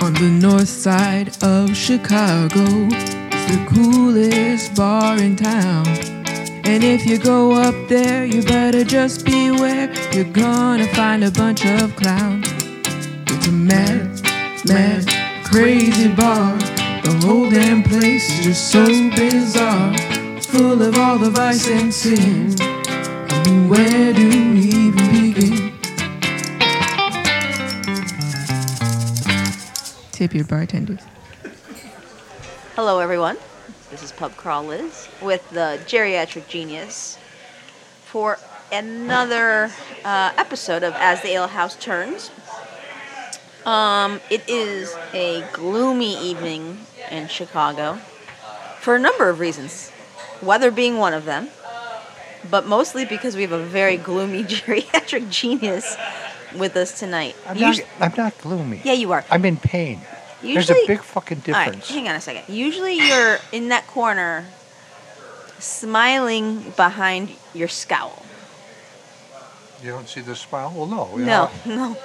on the north side of Chicago. It's the coolest bar in town. And if you go up there, you better just beware. You're gonna find a bunch of clowns. It's a mad, mad, crazy bar. The whole damn place is just so bizarre. Full of all the vice and sin. I mean, where do we even begin? Tip your bartenders. Hello, everyone. This is Pub Crawl Liz with the Geriatric Genius for another uh, episode of As the Ale House Turns. Um, it is a gloomy evening in Chicago for a number of reasons, weather being one of them, but mostly because we have a very gloomy geriatric genius with us tonight. I'm, Usu- not, I'm not gloomy. yeah, you are. I'm in pain. There's Usually- a big fucking Alright, difference. hang on a second. Usually you're in that corner smiling behind your scowl. You don't see the smile? Well, no. you No, know. no.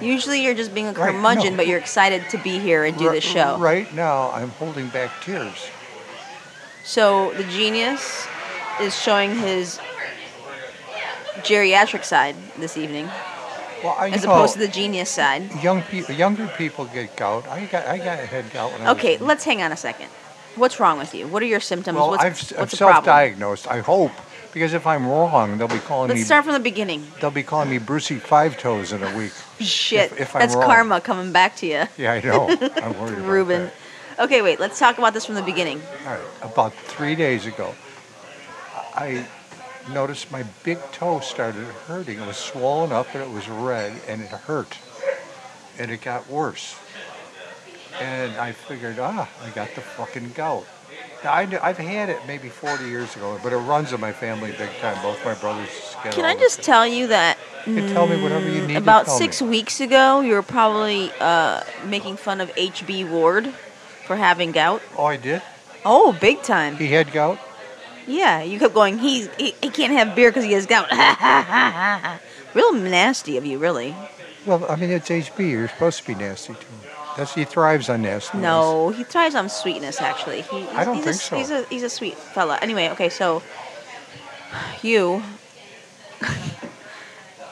Usually you're just being a Right, curmudgeon, no. but you're excited to be here and do R- this show. Right now, I'm holding back tears. So the genius is showing his geriatric side this evening, Well, I as know opposed to the genius side. young pe- younger people get gout. I got I got a head gout. When I was- Okay, let's hang on a second. What's wrong with you? What are your symptoms? Well, what's I've, I've what's the problem? self-diagnosed. I hope because if I'm wrong, they'll be calling Let's me. start from the beginning. They'll be calling me Brucey Five Toes in a week. Shit, if I'm that's wrong. karma coming back to you. Yeah, I know. I'm worried about Ruben. that. Okay, wait, let's talk about this from the beginning. All right, about three days ago, I noticed my big toe started hurting. It was swollen up and it was red and it hurt. And it got worse. And I figured, ah, I got the fucking gout. Now, I, kn- I've had it maybe 40 years ago, but it runs in my family big time. Both my brothers get Can all I the- just tell you that You can tell me whatever you need about to tell six me. weeks ago, you were probably uh, making fun of H.B. Ward for having gout? Oh, I did? Oh, big time. He had gout? Yeah, you kept going, He's, he, he can't have beer because he has gout. Real nasty of you, really. Well, I mean, it's HB. You're supposed to be nasty to him. That's, he thrives on nastiness. No, he thrives on sweetness. Actually, he, he's, I don't he's a, think so. He's a he's a sweet fella. Anyway, okay, so you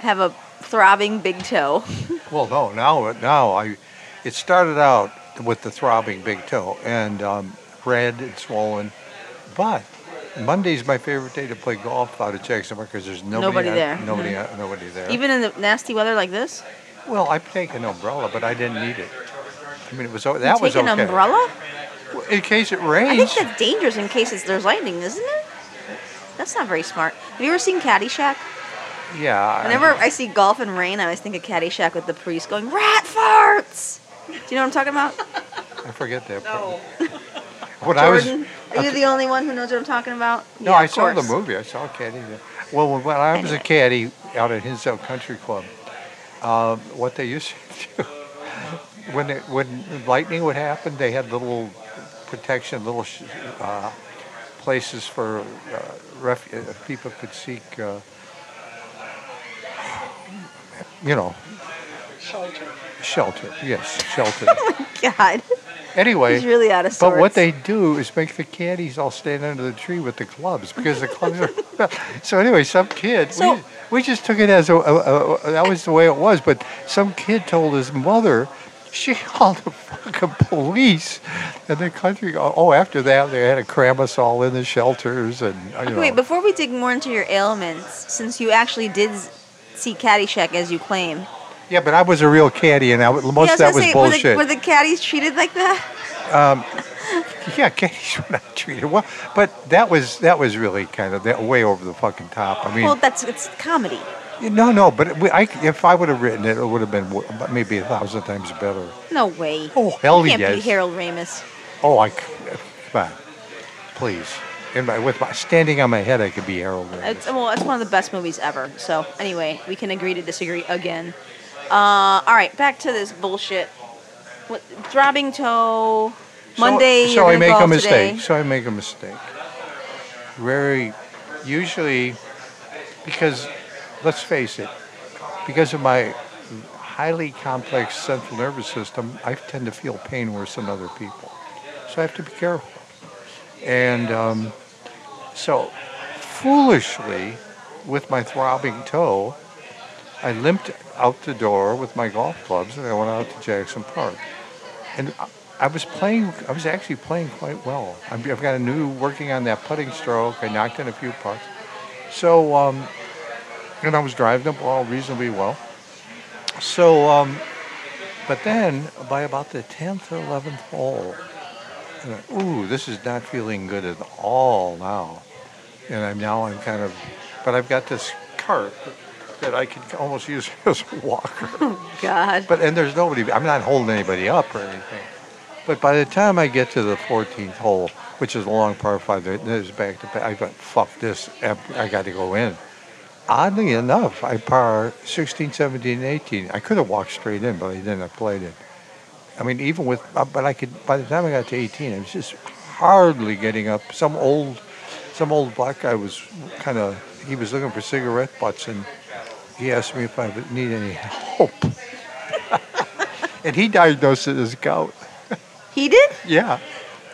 have a throbbing big toe. Well, no, now now I, it started out with the throbbing big toe and um, red and swollen, but Monday's my favorite day to play golf out at Jackson because there's nobody Nobody on- there. nobody on- nobody there. Even in the nasty weather like this, well, I take an umbrella, but I didn't need it. I mean, it was o- you that take was an okay. umbrella. In case it I think rains, that's dangerous in case it's, there's lightning, isn't it? That's not very smart. Have you ever seen Caddyshack? yeah. I- Whenever I see golf and rain, I always think of Caddyshack with the priest going rat farts. Do you know what I'm talking about? I forget that. No. When I was Jordan, are you the only one who knows what I'm talking about? No, Yeah, I of saw the course. movie. I saw Caddy. Well, when when I was a Anyway. caddy out at Hinsdale Country Club, um, what they used to do when it, when lightning would happen, they had little protection, little sh- uh, places for uh, ref- uh, people could seek. Uh, you know, shelter. Shelter, yes, shelter. God, anyway, he's really out of sorts. but what they do is make the caddies all stand under the tree with the clubs because the clubs are. so anyway, some kid. So- we, we just took it as a, a, a, a- that was the way it was. But some kid told his mother, she called the fucking police, and the country. Oh, after that they had to cram us all in the shelters and. You know, Wait, before we dig more into your ailments, since you actually did s- see Caddyshack as you claim, yeah, but I was a real caddy, and I, was- most yeah, I of that gonna was say, bullshit. Were the, were the caddies treated like that? Yeah, caddies were not treated well, but that was that was really kind of that way over the fucking top. I mean, Well, that's it's comedy. No, no, but it- I, if I would have written it, it would have been w- maybe a thousand times better. No way. Oh, hell you can't yes. beat Harold Ramis. Oh, I c- come on, please. In my, with my standing on my head, I could be Harold. Ramis. It's, well, it's one of the best movies ever. So anyway, we can agree to disagree again. Uh, all right, back to this bullshit. What, throbbing toe. So- Monday. So, you're I gonna make a golf mistake. today. So I make a mistake. Very, usually, because let's face it, because of my highly complex central nervous system, I tend to feel pain worse than other people. So I have to be careful. And um, so, foolishly, with my throbbing toe, I limped out the door with my golf clubs and I went out to Jackson Park. And I- I was playing, I was actually playing quite well. I've I've got a new working on that putting stroke. I knocked in a few putts. So, um, and I was driving the ball reasonably well. So, um, but then by about the 10th or 11th hole, I went, ooh, this is not feeling good at all now. And I'm now I'm kind of, but I've got this cart that I can almost use as a walker. God. But and there's nobody. I'm not holding anybody up or anything. But by the time I get to the 14th hole, which is a long par five, there- there's back to back. I went, fuck this. em- I got to go in. Oddly enough, I par 16, 17, 18. I could have walked straight in, but I didn't. I played it. I mean, even with, uh, but I could. By the time I got to 18, I was just hardly getting up. Some old, some old black guy was kind of. He was looking for cigarette butts, and he asked me if I would need any help. And he diagnosed it as gout. He did? Yeah.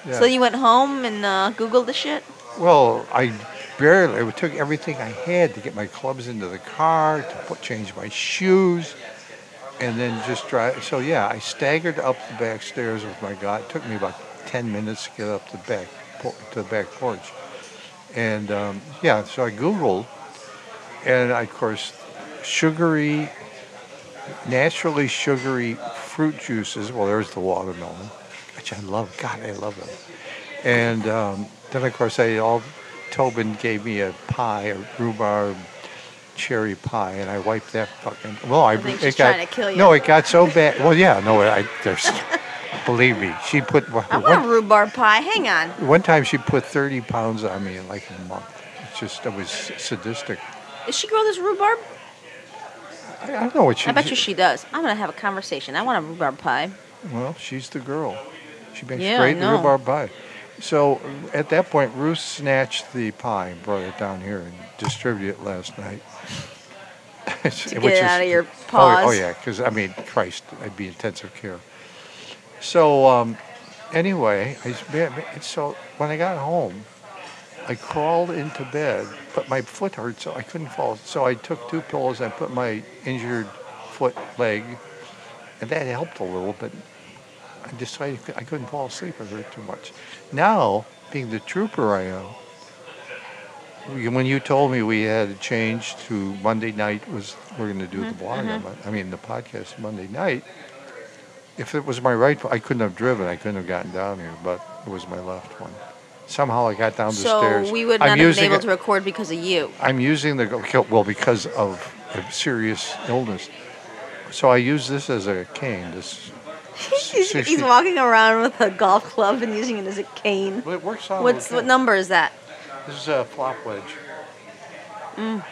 yeah. So you went home and uh, Googled the shit? well, I barely. It took everything I had to get my clubs into the car, to put, change my shoes, and then just drive. So yeah, I staggered up the back stairs with my god. It took me about ten minutes to get up the back por- to the back porch, and um, yeah, so I Googled, and I, of course, sugary, naturally sugary fruit juices. Well, there's the watermelon, which I love. God, I love them. And um, then, of course, I all Tobin gave me a pie, a rhubarb cherry pie, and I wiped that fucking. Well, I, think it she's got trying to kill you. no, it got so bad. Well, yeah, no, I there's. believe me, she put. I want a rhubarb pie. Hang on. One time she put 30 pounds on me in like a month. It's just, it was sadistic. Does she grow this rhubarb? I, I don't know what she I bet you she does. I'm gonna have a conversation. I want a rhubarb pie. Well, she's the girl. She makes Yeah, I great know. rhubarb pie. So at that point, Ruth snatched the pie and brought it down here and distributed it last night. To Which get it is- out of your oh, paws. Oh, yeah, because I mean, Christ, I'd be intensive care. So um, anyway, I, s- so when I got home, I crawled into bed, but my foot hurt, so I couldn't fall. So I took two pillows and put my injured foot leg, and that helped a little, but I decided I couldn't fall asleep. It hurt too much. Now, being the trooper I am, when you told me we had to change to Monday night was we're going to do Mm-hmm, the blog, on Mon- I mean the podcast Monday night. If it was my right, I couldn't have driven. I couldn't have gotten down here, but it was my left one. Somehow I got down the So stairs. we would not I'm have using been able it- to record because of you. I'm using the well because of a serious illness. So I use this as a cane. This He's, he's 60 walking around with a golf club and using it as a cane. Well, it works out. What's okay. what number is that? This is a flop wedge. Mm.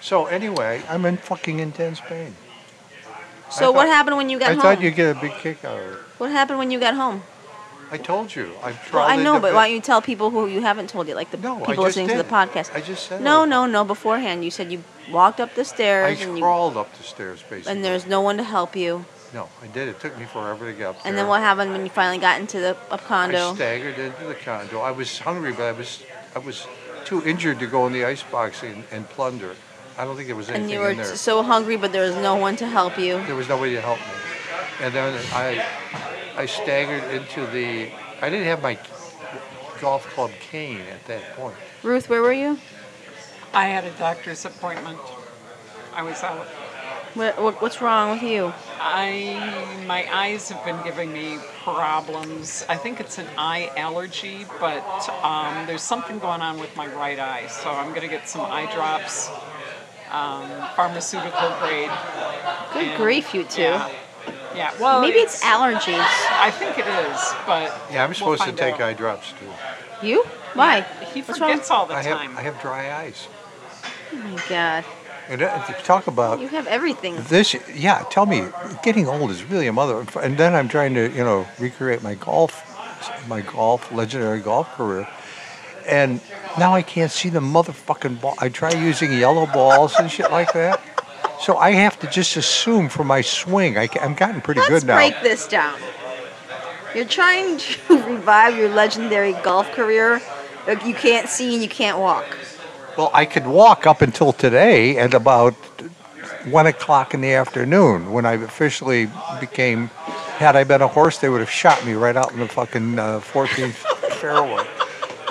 So anyway, I'm in fucking intense pain. So I what thought- happened when you got I home? thought you'd get a big kick out of it. What happened when you got home? I told you. I've Well, tried. I know, but why don't you tell people who you haven't told yet, like the No, I people just listening to the did. podcast? I just said. no, I- no, no. Beforehand, you said you walked up the I stairs and you, crawled up the stairs basically. and there's no one to help you. no. I did. It took me forever to get up there. And then what happened when you finally got into the up condo? I staggered into the condo. I was hungry, but I was I was too injured to go in the icebox and, and plunder. I don't think there was anything And you were in there. so hungry, but there was no one to help you. there was nobody to help me. And then I, I staggered into the. I didn't have my golf club cane at that point. Ruth, where were you? I had a doctor's appointment. I was out. What, what, what's wrong with you? I my eyes have been giving me problems. I think it's an eye allergy, but um, there's something going on with my right eye, so I'm going to get some eye drops, um, pharmaceutical grade. Good and- grief, you two. Yeah. Yeah, Well, Maybe it's allergies. I think it is, but Yeah, I'm supposed to take eye out. drops too. You? Why? He What's wrong? forgets all the I have time. I have dry eyes. Oh my God. And uh, talk about You have everything. this. Yeah, tell me, getting old is really a mother. And then I'm trying to you know recreate my golf, my golf legendary golf career. And now I can't see the motherfucking ball. I try using yellow balls and shit like that. So I have to just assume for my swing, I, am gotten pretty Let's good now. break this down. You're trying to revive your legendary golf career. but You can't see and you can't walk. Well, I could walk up until today at about one o'clock in the afternoon when I officially became. Had I been a horse, they would have shot me right out in the fucking uh, 14th fairway.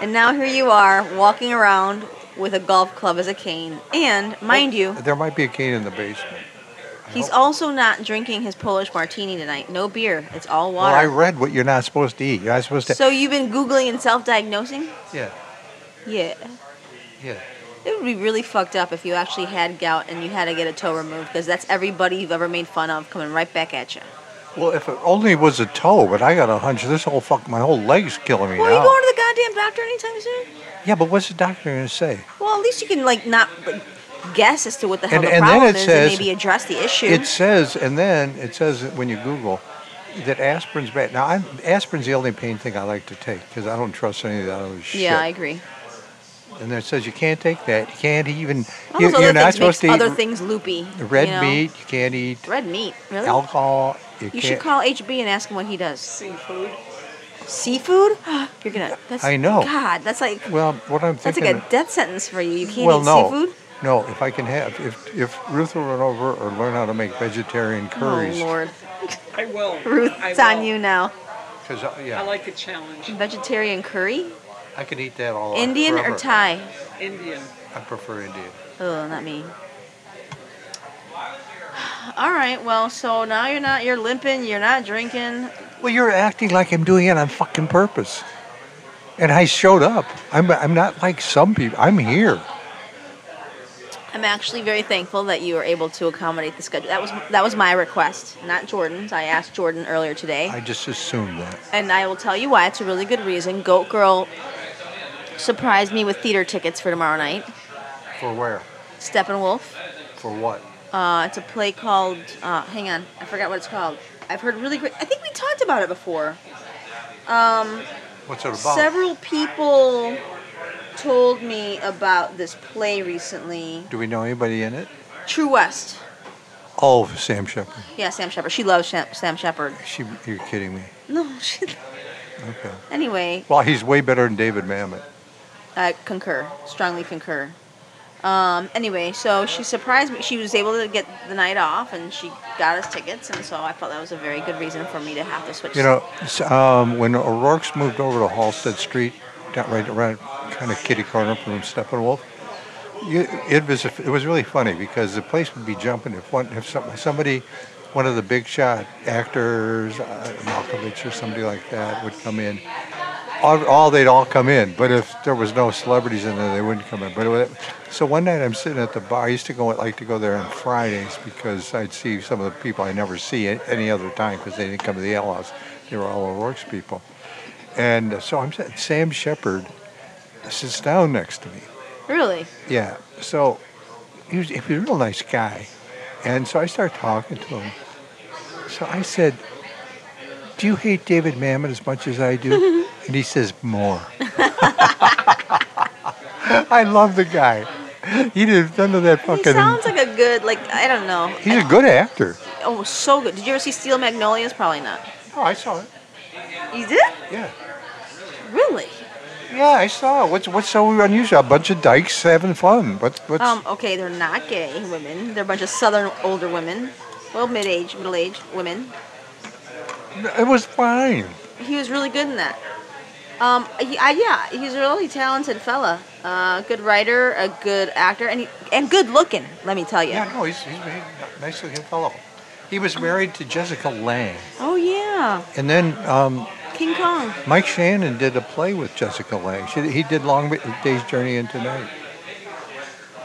And now here you are walking around with a golf club as a cane. And mind you, There might be a cane in the basement. he's also not drinking his Polish martini tonight. No beer. It's all Well, I water. read what you're not supposed to eat. You're not supposed to. So you've been googling and self-diagnosing? yeah, Yeah. yeah. It would be really fucked up if you actually had gout and you had to get a toe removed because that's everybody you've ever made fun of coming right back at you. Well, if it only was a toe, but I got a hunch this whole fuck, my whole leg's killing me Well, are now. you going to the goddamn doctor anytime soon? yeah, but what's the doctor going to say? Well, at least you can like not like, guess as to what the hell And- the and then problem it is says- and maybe address the issue. It says, and then it says that when you Google that aspirin's bad. Now, I'm, aspirin's the only pain thing I like to take because I don't trust any of that other shit. yeah, I agree. and then it says you can't take that. You can't even. All You, those you're other not things makes supposed to eat other things loopy. red you know? meat. You can't eat Red meat, really? alcohol. You, You can't. should call HB and ask him what he does. Seafood. Seafood? You're gonna. That's, I know. God, that's like well, what I'm that's thinking. like a death sentence for you. You can't well, eat no, seafood. no. If I can have, if if Ruth will run over or learn how to make vegetarian Oh curries, Lord, I will. Ruth, I it's on will. you now. because yeah, I like a challenge. Vegetarian curry, I could eat that all. Indian forever. or Thai? Indian. I prefer Indian. Oh, not me. All right, well, so now you're not you're limping, you're not drinking. Well, you're acting like I'm doing it on fucking purpose. And I showed up. I'm, I'm not like some people. I'm here. I'm actually very thankful that you were able to accommodate the schedule. That was that was my request, not Jordan's. I asked Jordan earlier today. I just assumed that. and I will tell you why. It's a really good reason. Goat Girl surprised me with theater tickets for tomorrow night. For where? Steppenwolf. For what? Uh, it's a play called. Uh, hang on, I forgot what it's called. I've heard really great. I think we talked about it before. What's it about? Several people told me about this play recently. Do we know anybody in it? True West. Oh, Sam Shepard. Yeah, Sam Shepard. She loves Sam, Sam Shepard. She, you're kidding me. No, she, Okay. anyway, Well, he's way better than David Mamet. I concur. Strongly concur. Um, anyway, so she surprised me. She was able to get the night off, and she got us tickets, and so I felt that was a very good reason for me to have to switch. You know, s- um, when O'Rourke's moved over to Halstead Street, down right around kind of kitty corner from Steppenwolf, you, it was a, it was really funny because the place would be jumping if one if some, somebody, one of the big shot actors, uh, Malkovich or somebody like that would come in. All, all they'd all come in, but if there was no celebrities in there, they wouldn't come in. But it, wa- so one night I'm sitting at the bar. I used to go like to go there on Fridays because I'd see some of the people I never see at any other time because they didn't come to the ale house. They were all O'Rourke's people, and so I'm sitting. Sam Shepard sits down next to me, Really? yeah. So he was, he was a real nice guy. And so I started talking to him. So I said, Do you hate David Mamet as much as I do? and he says, More. I love the guy. He did none of that He fucking. sounds like a good, like I don't know. he's a good actor. Oh, so good. Did you ever see Steel Magnolias? Probably not. Oh, I saw it. You did? Yeah. Really? Yeah, I saw it. What's, what's so unusual? A bunch of dykes having fun. What, what's. Um, okay, they're not gay women. They're a bunch of southern older women. Well, mid age, middle aged women. it was fine. He was really good in that. Um, he, I, yeah, he's a really talented fella. Uh, good writer, a good actor, and he, and good looking. Let me tell you. Yeah, no, he's, he's a nice looking fellow. He was married to Jessica Lange. Oh yeah, And then um, King Kong. Mike Shannon did a play with Jessica Lange. She, he did Long Day's Journey into Night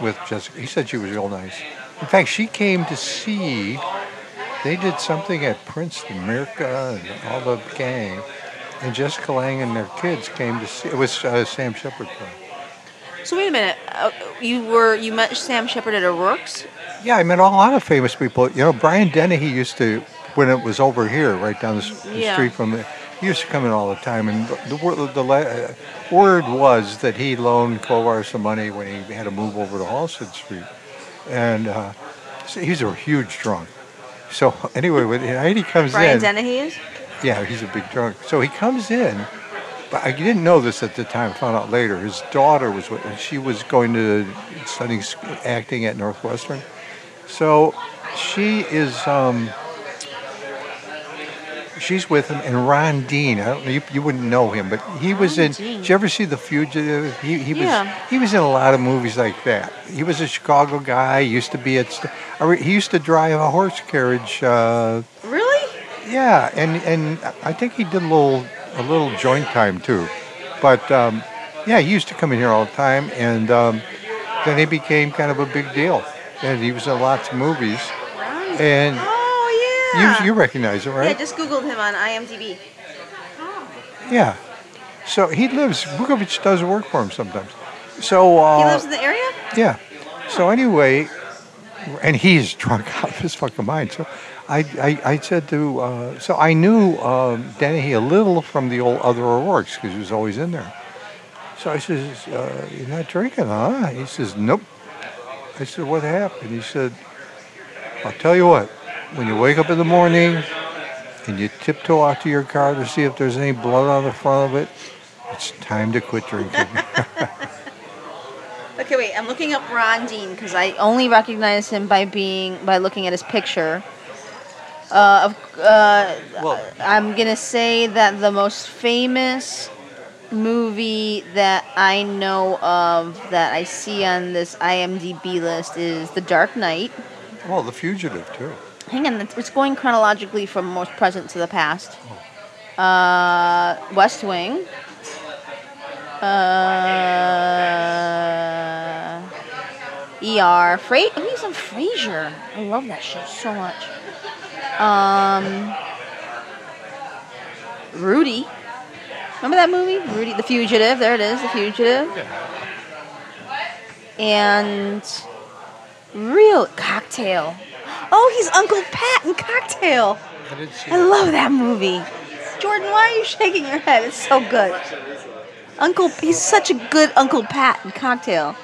with Jessica. He said she was real nice. In fact, she came to see, they did something at Princeton, Mirka and all the gang. And Jessica Lange and their kids came to see, it was uh, Sam Shepard play. So wait a minute. Uh, you were you met Sam Shepard at O'Rourke's? Yeah, I met a lot of famous people. You know, Brian Dennehy used to, when it was over here, right down the, s- the Yeah. street from the, he used to come in all the time. And the, the, wor- the la- uh, word was that he loaned Kovar some money when he had to move over to Halsted Street. And uh, So he's a huge drunk. So anyway, when Heidi comes Brian in, Dennehy is? yeah, he's a big drunk. So he comes in, but I didn't know this at the time. Found out later. His daughter was with, and she was going to studying sc- acting at Northwestern. So she is. Um, she's with him, and Ron Dean. I don't know. You, you wouldn't know him, but he was Ron in. Dean. Did you ever see The Fugitive? He, he Yeah. was. He was in a lot of movies like that. He was a Chicago guy. Used to be at. st- I re- He used to drive a horse carriage. Uh, Really? yeah, and and I think he did a little a little joint time too, but um, yeah, he used to come in here all the time, and um, then he became kind of a big deal, and he was in lots of movies, and Oh, yeah. you you recognize him, yeah, right? just Googled him on IMDb. Yeah. So he lives. Vukovic does work for him sometimes. So uh, He lives in the area? Yeah. So anyway, and he's drunk out of his fucking mind. So I, I, I said to, uh, so I knew um, Dennehy a little from the old other O'Rourke's because he was always in there. So I says, uh, you're not drinking, huh? He says, nope. I said, what happened? He said, I'll tell you what, when you wake up in the morning and you tiptoe out to your car to see if there's any blood on the front of it, it's time to quit drinking. Okay, wait. I'm looking up Ron Dean because I only recognize him by being by looking at his picture. Uh, of, uh, I'm gonna say that the most famous movie that I know of that I see on this IMDb list is The Dark Knight. well, the fugitive, too. Hang on, it's- it's going chronologically from most present to the past. Uh, West Wing. Uh, ER. Fra- oh, he's on Frasier. I love that show so much. Um, Rudy. Remember that movie? Rudy, The Fugitive. There it is, The Fugitive. And real cocktail. Oh, he's Uncle Pat in Cocktail. I didn't see I love that movie. Jordan, why are you shaking your head? It's so good. Uncle, he's such a good Uncle Pat in Cocktail.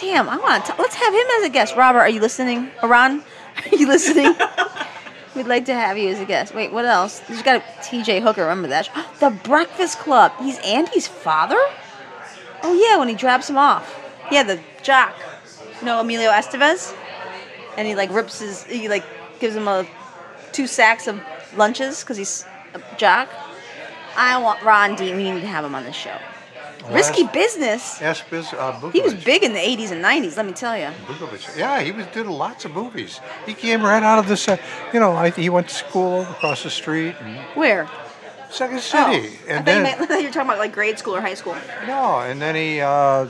Damn, I want to. Let's have him as a guest. Robert, are you listening? Iran, are you listening? We'd like to have you as a guest. Wait, what else? There's got a T.J. Hooker. Remember that? The Breakfast Club. He's Andy's father. Oh yeah, when he drops him off. Yeah, the jock. No, Emilio Estevez. And he like rips his. He like gives him a two sacks of lunches because he's a jock. I want Ron Dean. We need to have him on the show. Risky business. Ask Biz, uh, Bukovic. He was big in the 80s and 90s. Let me tell you. Bukovic. Yeah, he was did lots of movies. He came right out of this. Uh, you know, I, he went to school across the street, in Where? Second Oh, City, I and thought you then meant- I thought you were talking about like grade school or high school. no, and then he uh,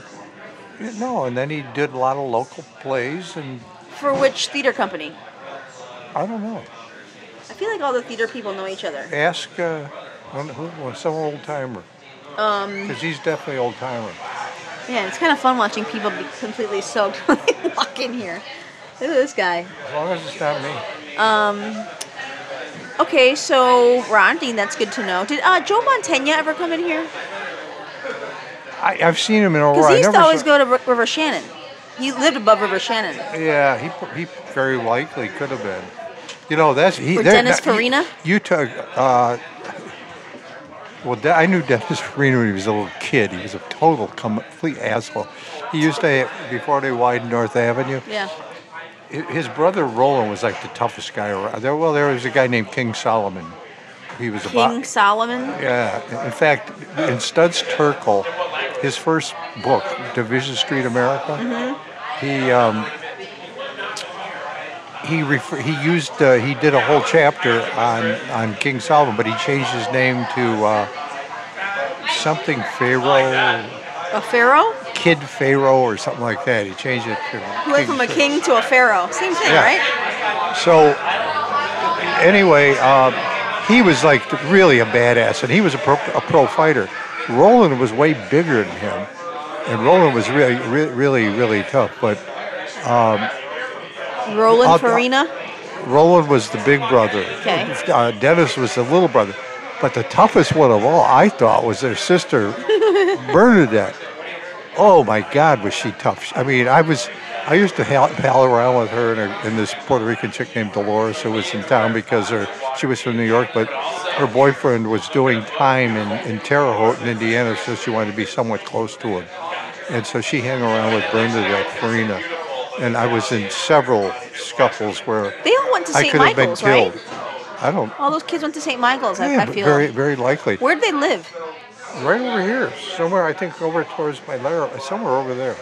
no, and then he did a lot of local plays, and For which theater company? I don't know. I feel like all the theater people know each other. Ask uh, one, who, well, some old timer. Um, because he's definitely old timer. Yeah, it's kind of fun watching people be completely soaked when they walk in here. Look at this guy. As long as it's not me. Okay, so Ron Dean, that's good to know. Did uh, Joe Montaigne ever come in here? I, I've seen him in a Because Oh, I he used never to always saw- go to R- River Shannon. He lived above River Shannon. Yeah, he pr- he very likely could have been. You know, that's he. Or they're Dennis not- Farina? You, you took. Uh, well, De- I knew Dennis Farina when he was a little kid. He was a total complete asshole. He used to before they widened North Avenue. Yeah. hi- His brother Roland was like the toughest guy around. There, well, there was a guy named King Solomon. He was a bo- King Solomon. yeah. Uh, In fact, in Studs Terkel, his first book, Division Street America, he um, he refer- he used uh, he did a whole chapter on on King Solomon, but he changed his name to uh, something Pharaoh, A pharaoh? Kid Pharaoh, or something like that. He changed it to He went from a king to a pharaoh. Same thing, Yeah. right? So, anyway, uh, he was like really a badass, and he was a pro, a pro fighter. Roland was way bigger than him, and Roland was really, re- really, really tough. But Roland I'll- Farina. Roland was the big brother. Okay. Uh, Dennis was the little brother. But the toughest one of all, I thought, was their sister, Bernadette. Oh my God, was she tough! I mean, I was, I used to ha- pal around with her and, her and this Puerto Rican chick named Dolores who was in town because her, she was from New York, but her boyfriend was doing time in, in Terre Haute in Indiana, so she wanted to be somewhat close to him. And so she hung around with Bernadette Farina. And I was in several scuffles where They all went to I St. could have been Michael's, right? killed. I don't. All those kids went to St. Michael's. I, Yeah, I but feel. very, very likely. Where'd they live? Right over here, somewhere. I think over towards my lair, somewhere over there.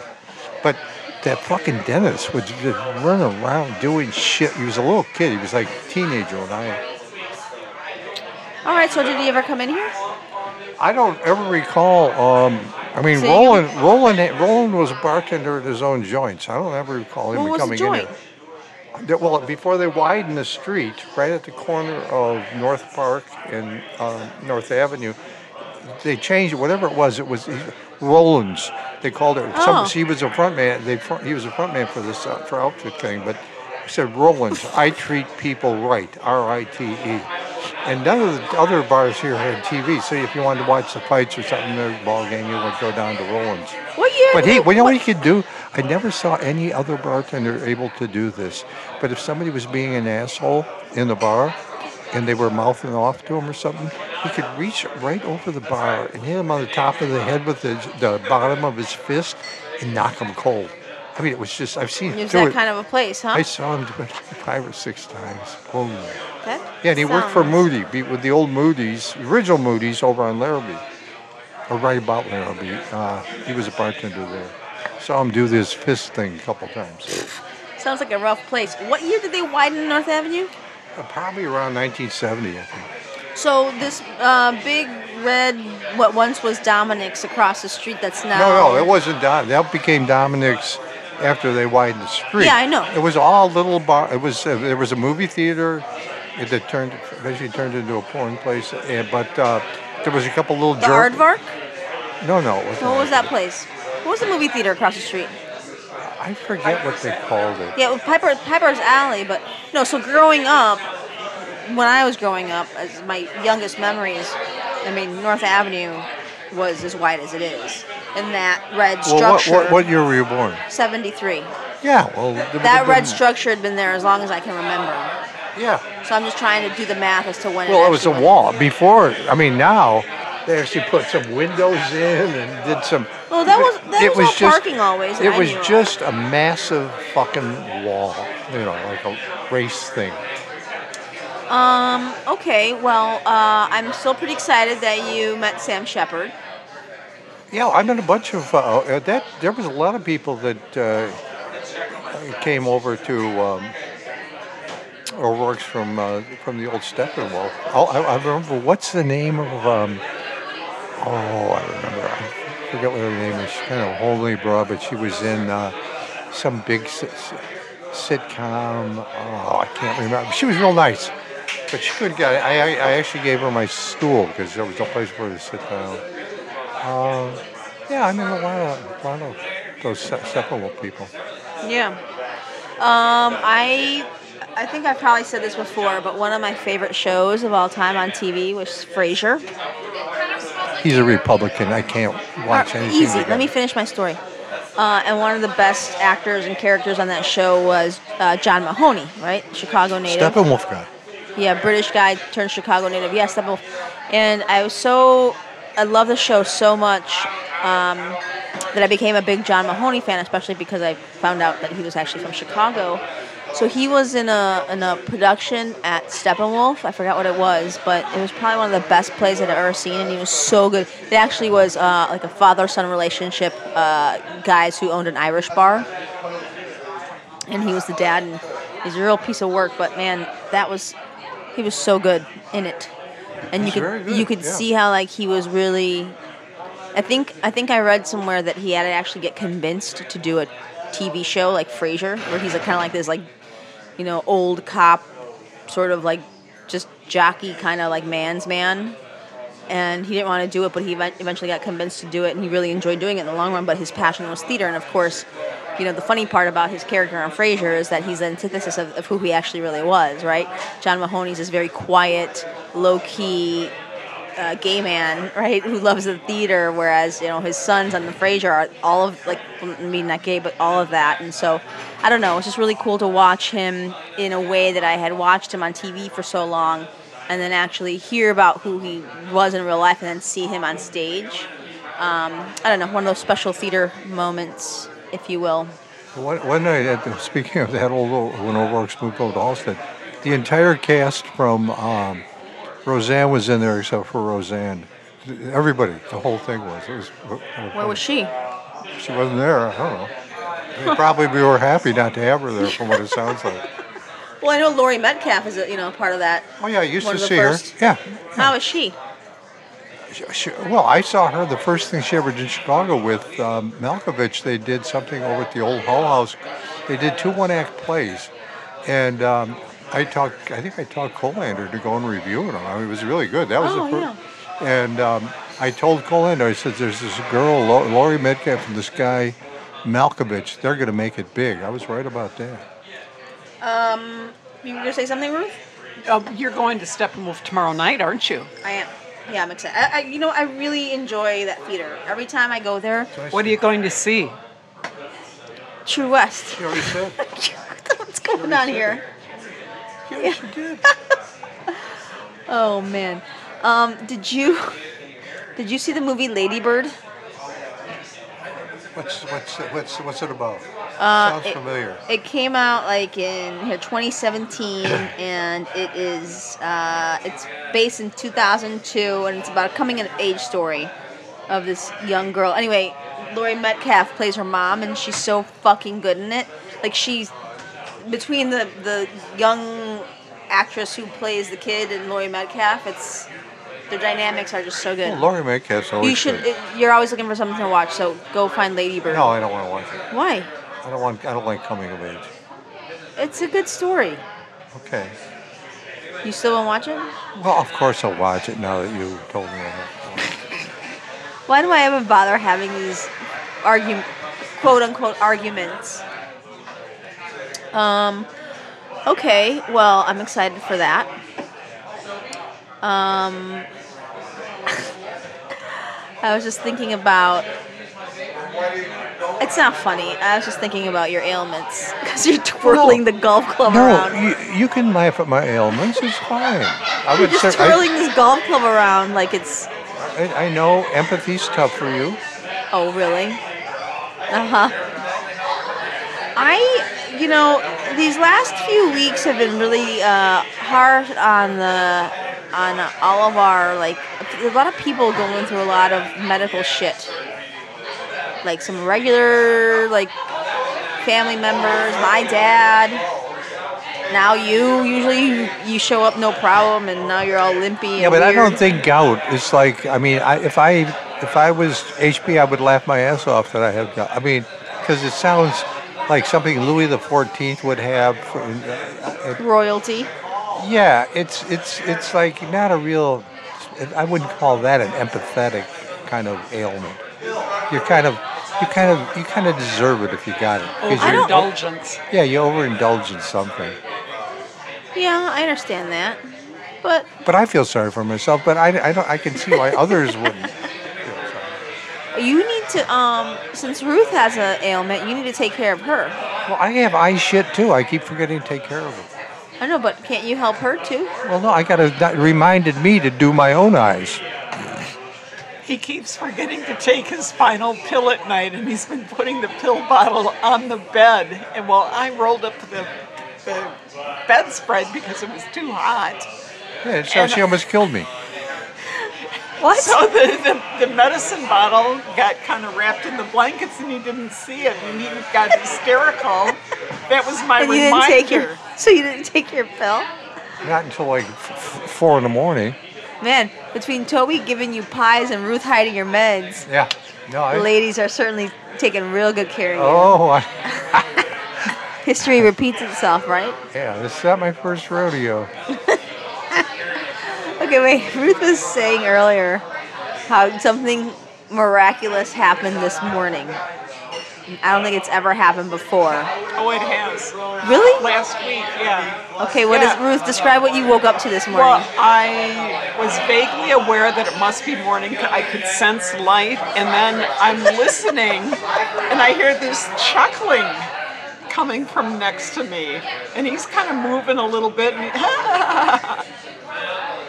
But that fucking dentist would just run around doing shit. He was a little kid. He was like a teenager, and I, All right. So did he ever come in here? I don't ever recall. Um, I mean, Seeing Roland, Roland, Roland was a bartender at his own joints. I don't ever recall him What was the coming in here. joint? There- Well, before they widened the street, right at the corner of North Park and um, North Avenue, they changed it. Whatever it was, it was Rollins. They called it. Oh. Some, he was a front man. They front, he was a front man for this uh, for outfit thing, but he said Rollins. I treat people right. R I T E. And none of the other bars here had TV, so if you wanted to watch the fights or something, their ball game, you would go down to Rollins. What year? But did he, they- well, you know what- what he could do? I never saw any other bartender able to do this. But if somebody was being an asshole in the bar and they were mouthing off to him or something, he could reach right over the bar and hit him on the top of the head with the, the bottom of his fist and knock him cold. I mean, it was just, I've seen It him was do that it. kind of a place, huh? I saw him do it five or six times. Boom. That Yeah, and he worked for sounds- Moody, be- with the old Moody's, original Moody's over on Larrabee, or right about Larrabee. Uh, he was a bartender there. Saw him do this fist thing a couple times. Sounds like a rough place. What year did they widen North Avenue? Uh, Probably around 1970, I think. So this uh, big red, what once was Dominic's across the street, that's now. No, no, it wasn't Dom. That became Dominic's after they widened the street. Yeah, I know. It was all little bar. It was uh, there was a movie theater it- that turned eventually turned into a porn place. uh, but uh, there was a couple little The jerk. Aardvark? No, no, it wasn't. What was that place? What was the movie theater across the street? I forget what they called it. Yeah, well, Piper Piper's Alley, but no. So growing up, when I was growing up, as my youngest memories, I mean North Avenue was as wide as it is, and that red Well, what, structure. what, what year were you born? Seventy-three. Yeah, well, the, That the- red structure had been there as long as I can remember. Yeah, So I'm just trying to do the math as to when. well, it was a actually wall before. I mean, now they actually put some windows in and did some. Well, that was- that it was all parking always, and It I was knew just a massive fucking wall, you know, like a race thing. Okay, well, uh, I'm still pretty excited that you met Sam Shepard. Yeah, I met a bunch of uh, uh, that. There was a lot of people that uh, came over to um, O'Rourke's from uh, from the old Steppenwolf. i I, I remember what's the name of. Um, oh, I remember. I forget what her name is. She's kind of homely bra, but she was in uh, some big s- s- sitcom. Oh, I can't remember. She was real nice, but she couldn't get. I, I, I actually gave her my stool because there was no place for her to sit down. Yeah, I mean, a lot of, a lot of those se- separable people. Yeah. Um, I I think I've probably said this before, but one of my favorite shows of all time on TV was Frasier. He's a Republican. I can't watch Uh, anything. Easy. with Let me him. finish my story. Uh, and one of the best actors and characters on that show was uh, John Mahoney, right? Chicago native. Steppenwolf guy. Yeah, British guy turned Chicago native. Yeah, Steppenwolf. And I was so, I love the show so much um, that I became a big John Mahoney fan, especially because I found out that he was actually from Chicago. So he was in a in a production at Steppenwolf. I forgot what it was, but it was probably one of the best plays that I've ever seen, and he was so good. It actually was uh, like a father son relationship, uh, guys who owned an Irish bar and he was the dad and he's a real piece of work but man that was he was so good in it and He's you very could good, you could yeah. see how like he was really i think i think i read somewhere that he had to actually get convinced to do a tv show like frasier where he's like, kind of like this like you know old cop sort of like just jockey kind of like man's man and he didn't want to do it, but he ev- eventually got convinced to do it, and he really enjoyed doing it in the long run. But his passion was theater, and of course, you know the funny part about his character on Frasier is that he's the antithesis of, of who he actually really was, right? John Mahoney's is very quiet, low key, uh, gay man, right, who loves the theater, whereas you know his sons on the Frasier are all of like, I mean, not gay, but all of that. And so, I don't know. It's just really cool to watch him in a way that I had watched him on TV for so long, and then actually hear about who he was in real life, and then see him on stage. Um, I don't know, one of those special theater moments, if you will. One, one night, at the, speaking of that old, old when O'Rourke's moved over to Halsted, the entire cast from um, Roseanne was in there except for Roseanne. Everybody, the whole thing was. It was uh, Where was she? She wasn't there. I don't know. They probably we were happy not to have her there, from what it sounds like. Well, I know Lori Metcalf is a, you know part of that. Oh yeah, I used One to of the see first. her. Yeah. How is she? She- she- well, I saw her the first thing she ever did in Chicago with um, Malkovich. They did something over at the old Hull House. They did two one-act plays, and um, I talked. I think I talked Colander to go and review it. I mean, it was really good. That was Oh, the first. And um, I told Colander, I said, "There's this girl, Lo- Laurie Metcalf, and this guy, Malkovich. They're going to make it big." I was right about that. You were gonna say something, Ruth? Uh, you're going to Steppenwolf tomorrow night, aren't you? I am. Yeah, I'm excited. I, I, you know, I really enjoy that theater. Every time I go there, What are you going to see? True West. She already said. What's going on here? Yeah, she did. Oh man, um, did you did you see the movie Ladybird? What's what's what's what's it about? Sounds Uh, it- familiar. It came out like in here 2017, and it is uh, it's based in 2002, and it's about a coming of age story of this young girl. Anyway, Lori Metcalf plays her mom, and she's so fucking good in it. Like she's between the the young actress who plays the kid and Lori Metcalf, it's their dynamics are just so good. Well, Laurie Metcalf's always you should. good. It, you're always looking for something to watch, so go find Lady Bird. No, I don't want to watch it. Why? I don't want. I don't like coming of age. It's a good story. Okay. You still won't watch it? Well, of course I'll watch it now that you told me. I have to watch it. Why do I ever bother having these argument, quote unquote arguments? Um, okay, well, I'm excited for that. Um, I was just thinking about. It's not funny. I was just thinking about your ailments because you're twirling the golf club No, around. you, you can laugh at my ailments. It's fine. I would You're just say- I- twirling this golf club around like it's. I, I know empathy's tough for you. Oh, really? Uh huh. I, you know, these last few weeks have been really uh, hard on the on all of our like a lot of people going through a lot of medical shit, like some regular like family members, my dad. Now you usually you, you show up no problem, and now you're all limpy. Yeah, but I don't think gout is like. I mean, I, if I if I was HB, I would laugh my ass off that I have gout. I mean, because it sounds like something Louis the Fourteenth would have. For, royalty. Yeah, it's it's it's like not a real. I wouldn't call that an empathetic kind of ailment. You're kind of you kind of you kind of deserve it if you got it. 'Cause Oh. you're- Overindulgence. yeah, you overindulge in something. Yeah, I understand that, but But I feel sorry for myself. But I, I don't. I can see why others wouldn't. You need to, um, since Ruth has an ailment, you need to take care of her. Well, I have eye shit too. I keep forgetting to take care of it. I know, but can't you help her too? Well, no, I got to. That reminded me to do my own eyes. He keeps forgetting to take his final pill at night, and he's been putting the pill bottle on the bed. And while I rolled up the, the bedspread because it was too hot, Yeah, so And- she almost killed me. What? so the, the, the medicine bottle got kind of wrapped in the blankets, and he didn't see it, and he got hysterical. That was my and you didn't reminder. take your, so you didn't take your pill? Not until like f- f- four in the morning. Man, between Toby giving you pies and Ruth hiding your meds, Yeah. No. the I, ladies are certainly taking real good care of you. oh. I, History repeats itself, right? Yeah, this is not my first rodeo. Okay, wait. Ruth was saying earlier how something miraculous happened this morning. I don't think it's ever happened before. Oh, it has. Really? Last week, yeah. Okay, what is Yeah. Ruth? Describe what you woke up to this morning. Well, I was vaguely aware that it must be morning. I could sense light, and then I'm listening, and I hear this chuckling coming from next to me, and he's kind of moving a little bit. And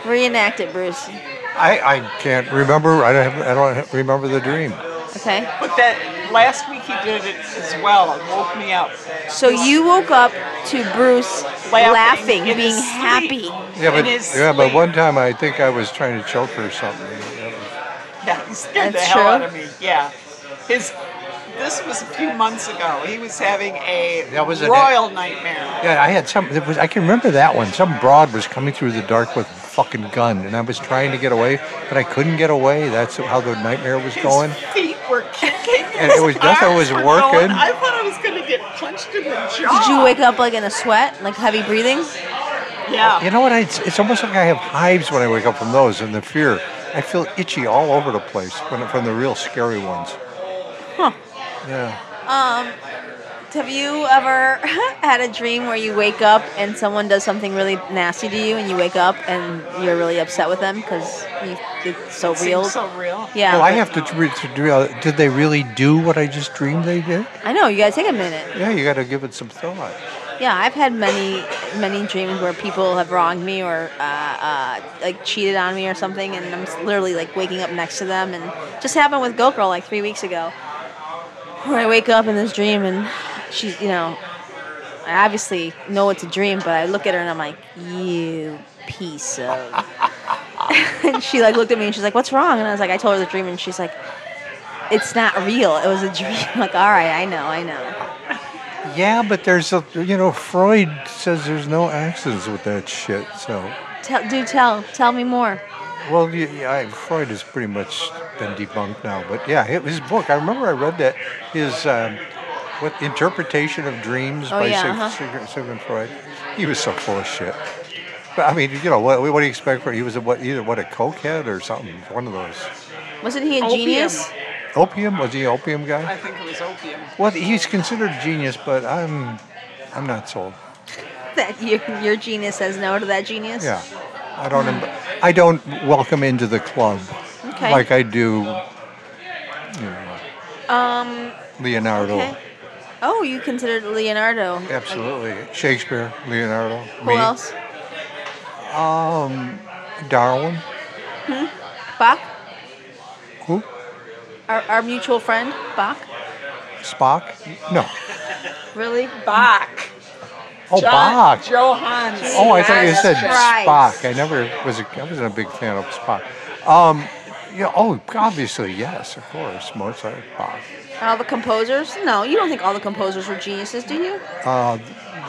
Reenact it, Bruce. I, I can't remember. I don't, have, I don't remember the dream. Okay. but that last week he did it as well. It woke me up. So you woke up to Bruce laughing, in being his happy. sleep. Yeah, In but his yeah, but sleep. one time I think I was trying to choke her or something. That was- Yeah, he scared That's the hell out true. of me. Yeah, his. This was a few months ago. He was having a That was a- royal nightmare. Yeah, I had some. It was, I can remember that one. Some broad was coming through the dark with a fucking gun, and I was trying to get away, but I couldn't get away. That's how the nightmare was His going. feet were kicking. And his it was- nothing arms was were working. Going. I thought I was going to get punched in the jaw. Did you wake up like in a sweat, like heavy breathing? Yeah. You know what? I, it's, it's almost like I have hives when I wake up from those and the fear. I feel itchy all over the place from, from the real scary ones. Huh. Yeah. Have you ever had a dream where you wake up and someone does something really nasty to you, and you wake up and you're really upset with them because it's so Seems real? so real. yeah. Well, Oh, I but- have to. dr- to dr- uh, Did they really do what I just dreamed they did? I know. You gotta take a minute. Yeah, you got to give it some thought. Yeah, I've had many, many dreams where people have wronged me or uh, uh, like cheated on me or something, and I'm s- literally like waking up next to them. And just happened with Goat Girl like three weeks ago, where I wake up in this dream and she's, you know, I obviously know it's a dream, but I look at her and I'm like, you piece of. and she like looked at me and she's like, what's wrong? And I was like, I told her the dream, and she's like, it's not real. It was a dream. I'm like, all right, I know, I know. Yeah, but there's a you know Freud says there's no accidents with that shit. So, Tell, do tell. Tell me more. well, you, I, Freud has pretty much been debunked now. But yeah, hi- his book. I remember I read that his um, what interpretation of dreams Oh, by yeah, Sig- uh-huh. Sig- Sigmund Freud. He was so full of shit. But I mean, you know what? What do you expect from? He was a, what either what a cokehead or something. One of those. Wasn't he a Opium. genius? Opium was he an opium guy? I think it was opium. Well, he's considered a genius, but I'm I'm not sold. That your, your genius says no to that genius. Yeah, I don't. Im- I don't welcome into the club Hmm. Okay. like I do. You know, um, Leonardo, Okay. Oh, you considered Leonardo. absolutely Shakespeare, Leonardo, Who me, else? Darwin. Bach. Who? Our, our mutual friend Bach. Spock? No. Really? Bach. Oh, Bach. Johann. Oh, I thought you Jesus said Christ. Spock. I never was. A, I wasn't a big fan of Spock. Um, yeah. Oh, obviously, yes, of course, Mozart, Bach. All the composers? No, you don't think all the composers were geniuses, do you? Uh,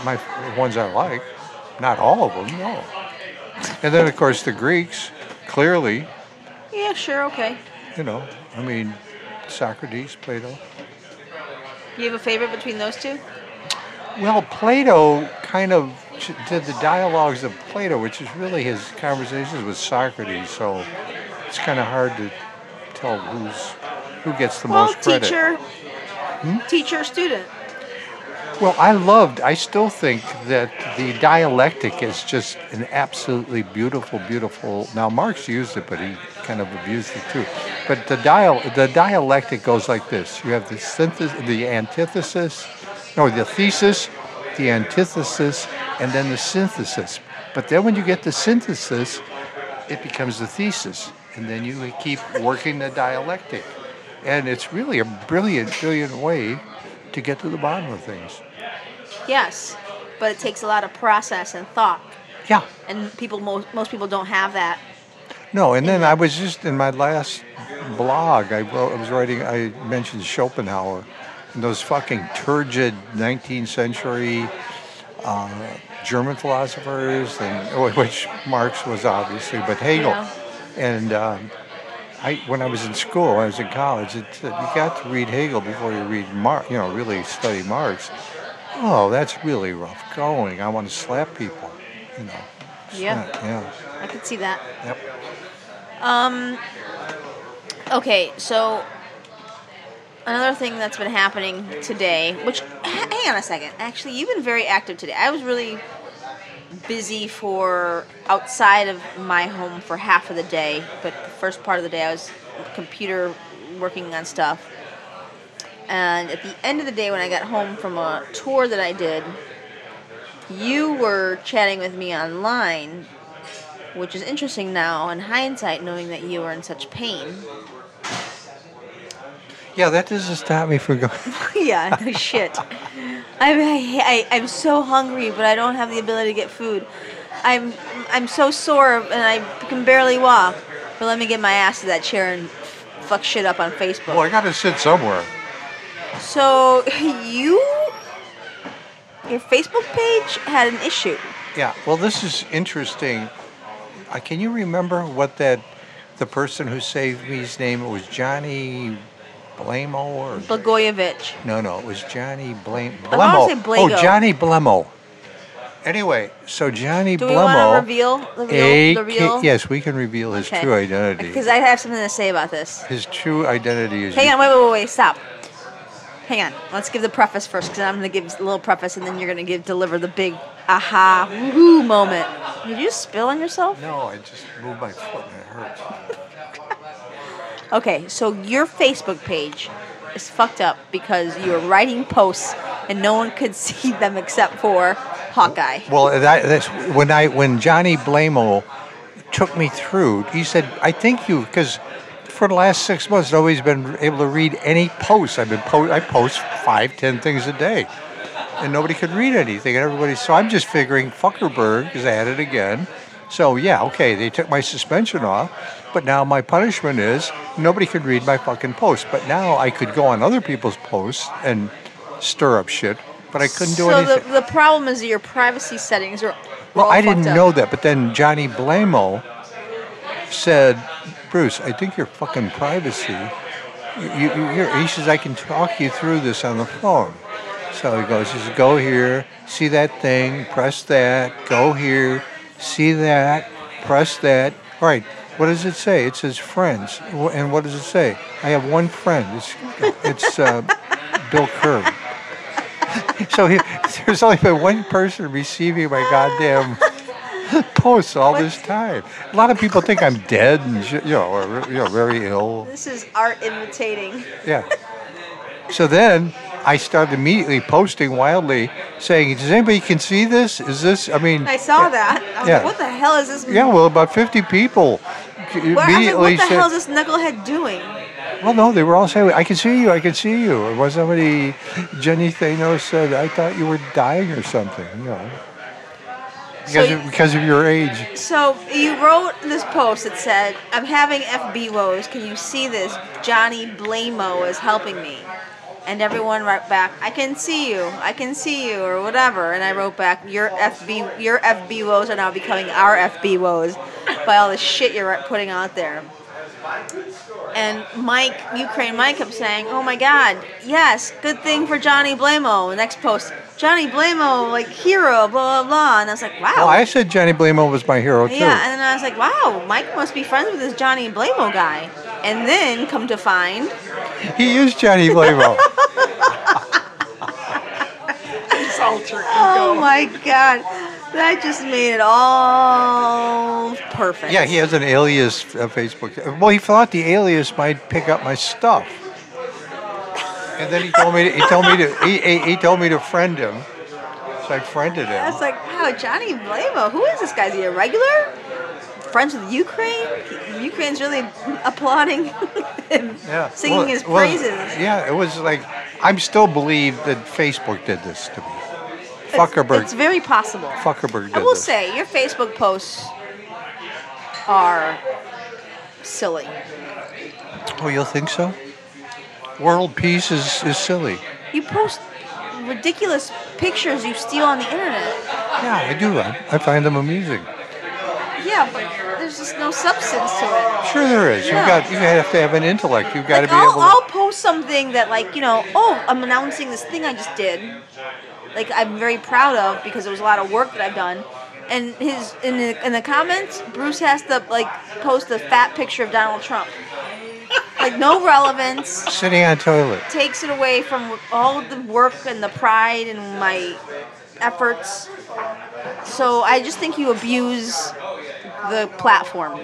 my the ones I like, not all of them, no. And then of course the Greeks, clearly, Yeah, sure, okay. you know, I mean, Socrates, Plato. You have a favorite between those two? Well, Plato kind of ch- did the dialogues of Plato, which is really his conversations with Socrates. So it's kind of hard to tell who's who gets the Well, most credit. Hmm? teacher. Teacher, student. Well, I loved, I still think that the dialectic is just an absolutely beautiful, beautiful. Now, Marx used it, but he kind of abused it too. But the, dial, the dialectic goes like this you have the synthesis, the antithesis, no, the thesis, the antithesis, and then the synthesis. But then when you get the synthesis, it becomes the thesis, and then you keep working the dialectic. And it's really a brilliant, brilliant way to get to the bottom of things. Yes, but it takes a lot of process and thought, Yeah. and people most most people don't have that. No, and then I was just in my last blog, I, wrote, I was writing, I mentioned Schopenhauer and those fucking turgid 19th century uh, German philosophers, and oh, which Marx was obviously, but Hegel. Yeah. And um, I, when I was in school, I was in college, it said, you got to read Hegel before you read Marx, you know, really study Marx. Oh, that's really rough going. I want to slap people, you know. Yeah, Yeah. I could see that. Yep. Okay, so Another thing that's been happening today, which, hang on a second. Actually, you've been very active today. I was really busy for outside of my home for half of the day, but the first part of the day I was computer working on stuff. And at the end of the day, when I got home from a tour that I did, you were chatting with me online, which is interesting now in hindsight, knowing that you were in such pain. Yeah, that doesn't stop me from going. yeah, no shit. I'm, I, I, I'm so hungry, but I don't have the ability to get food. I'm, I'm so sore and I can barely walk. But let me get my ass to that chair and fuck shit up on Facebook. Well, I got to sit somewhere. So you, your Facebook page had an issue. Yeah. Well, this is interesting. Uh, can you remember what that the person who saved me's name? It was Johnny Blamo or Blagojevich. no, no, it was Johnny Blame I wanna Blemo. say Oh, Blago. Johnny Blemo. Anyway, so Johnny Do we want Blemo. to reveal the real? the AK real? Yes, we can reveal his true Because identity. I have something to say about this. His true identity is. Hang on, wait, wait, wait, wait, stop. Hang on. Let's give the preface first, because I'm going to give a little preface, and then you're going to give deliver the big aha woohoo moment. Did you spill on yourself? No, I just moved my foot and it hurts. Okay, so your Facebook page is fucked up because you were writing posts and no one could see them except for Hawkeye. Well, that, that's when I when Johnny Blamo took me through. He said, "I think you because for the last six months, I've always been able to read any post. I've been po- I post five, ten things a day, and nobody could read anything. And everybody, so I'm just figuring Fuckerberg is at it again. So yeah, okay, they took my suspension off, but now my punishment is nobody could read my fucking post. But now I could go on other people's posts and stir up shit, but I couldn't do so anything. the, the problem is that your privacy settings are. Well, all I didn't fucked up. know that, but then Johnny Blamo said, "Bruce, I think your fucking privacy." You, you, you he says, "I can talk you through this on the phone." So he goes, "He says, go here, see that thing, press that, go here, see that, press that." All right, what does it say? It says friends, Wh- and what does it say? I have one friend. It's it's uh, Bill Kerr. So he, there's only been one person receiving my goddamn posts all this time. A lot of people think I'm dead and shit, you know, or, you know, very ill. This is art imitating. Yeah. So then I started immediately posting wildly, saying, "Does anybody can see this? Is this? I mean, I saw that. I was Yeah. like, what the hell is this? yeah. Well, about 50 people immediately Well, I was like, what the said, hell is this knucklehead doing? Well, no, they were all saying, I can see you, I can see you. Or was somebody, Jenny Thanos said, I thought you were dying or something, you know. So Because, you- of, because of your age. So you wrote this post that said, "I'm having FB woes. Can you see this? Johnny Blamo is helping me." And everyone wrote back, "I can see you. I can see you," or whatever. And I wrote back, "Your FB, your FB woes are now becoming our FB woes by all the shit you're putting out there." And Mike, Ukraine Mike, kept saying, "Oh my God, yes, good thing for Johnny Blamo." Next post, Johnny Blamo, like hero, blah blah blah. And I was like, "Wow." Well, Oh, I said Johnny Blamo was my hero, too. Yeah, and then I was like, wow, Mike must be friends with this Johnny Blamo guy. And then come to find, He is Johnny Blamo. It's all turkey oh go. my god, that just made it all perfect. yeah, he has an alias, uh, Facebook. Well, he thought the alias might pick up my stuff. And then he told me to, he told me to, he, he, he told me to friend him. So I friended him. I was like, wow, Johnny Blamo, who is this guy? Is he a regular? Friends with Ukraine? Ukraine's really applauding him, Yeah. singing Well, his well, praises. yeah, it was like I'm still believe that Facebook did this to me. It's- Fuckerberg. It's very possible. Fuckerberg did I will this. say your Facebook posts are silly. oh, you'll think so? World peace is, is silly. You post ridiculous pictures you steal on the internet. Yeah, I do. I, I find them amusing. Yeah, but there's just no substance to it. Sure, there is. Yeah. You've got you have to have an intellect. You've got Like to be I'll, able. I'll post something that like you know, oh, I'm announcing this thing I just did. Like I'm very proud of because it was a lot of work that I've done. And his in the in the comments, Bruce has to like post a fat picture of Donald Trump. like no relevance. Sitting on toilet. takes it away from all the work and the pride and my efforts. So I just think you abuse the platform.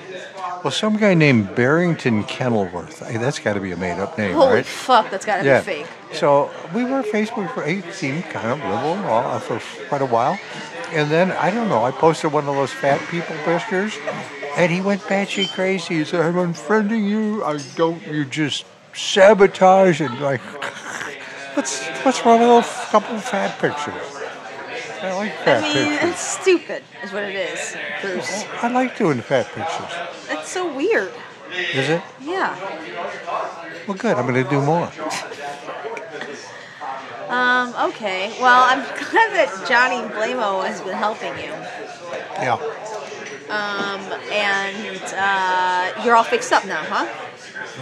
Well, some guy named Barrington Kenilworth. Hey, that's got to be a made-up name, Holy right? fuck, that's gotta yeah. be fake. So we were Facebook. fr- He seemed kind of liberal and all uh, for quite a while, and then I don't know. I posted one of those fat people pictures, and he went batshit crazy. He said, "I'm unfriending you. I don't. You just sabotage." And like, what's what's wrong with a little f- couple fat pictures? I like I fat mean, pictures. it's stupid, is what it is. Bruce. I like doing fat pictures. That's so weird. Is it? Yeah. Well, good. I'm going to do more. Um, okay. Well, I'm glad that Johnny Blamo has been helping you. Yeah. Um, and uh, you're all fixed up now, huh?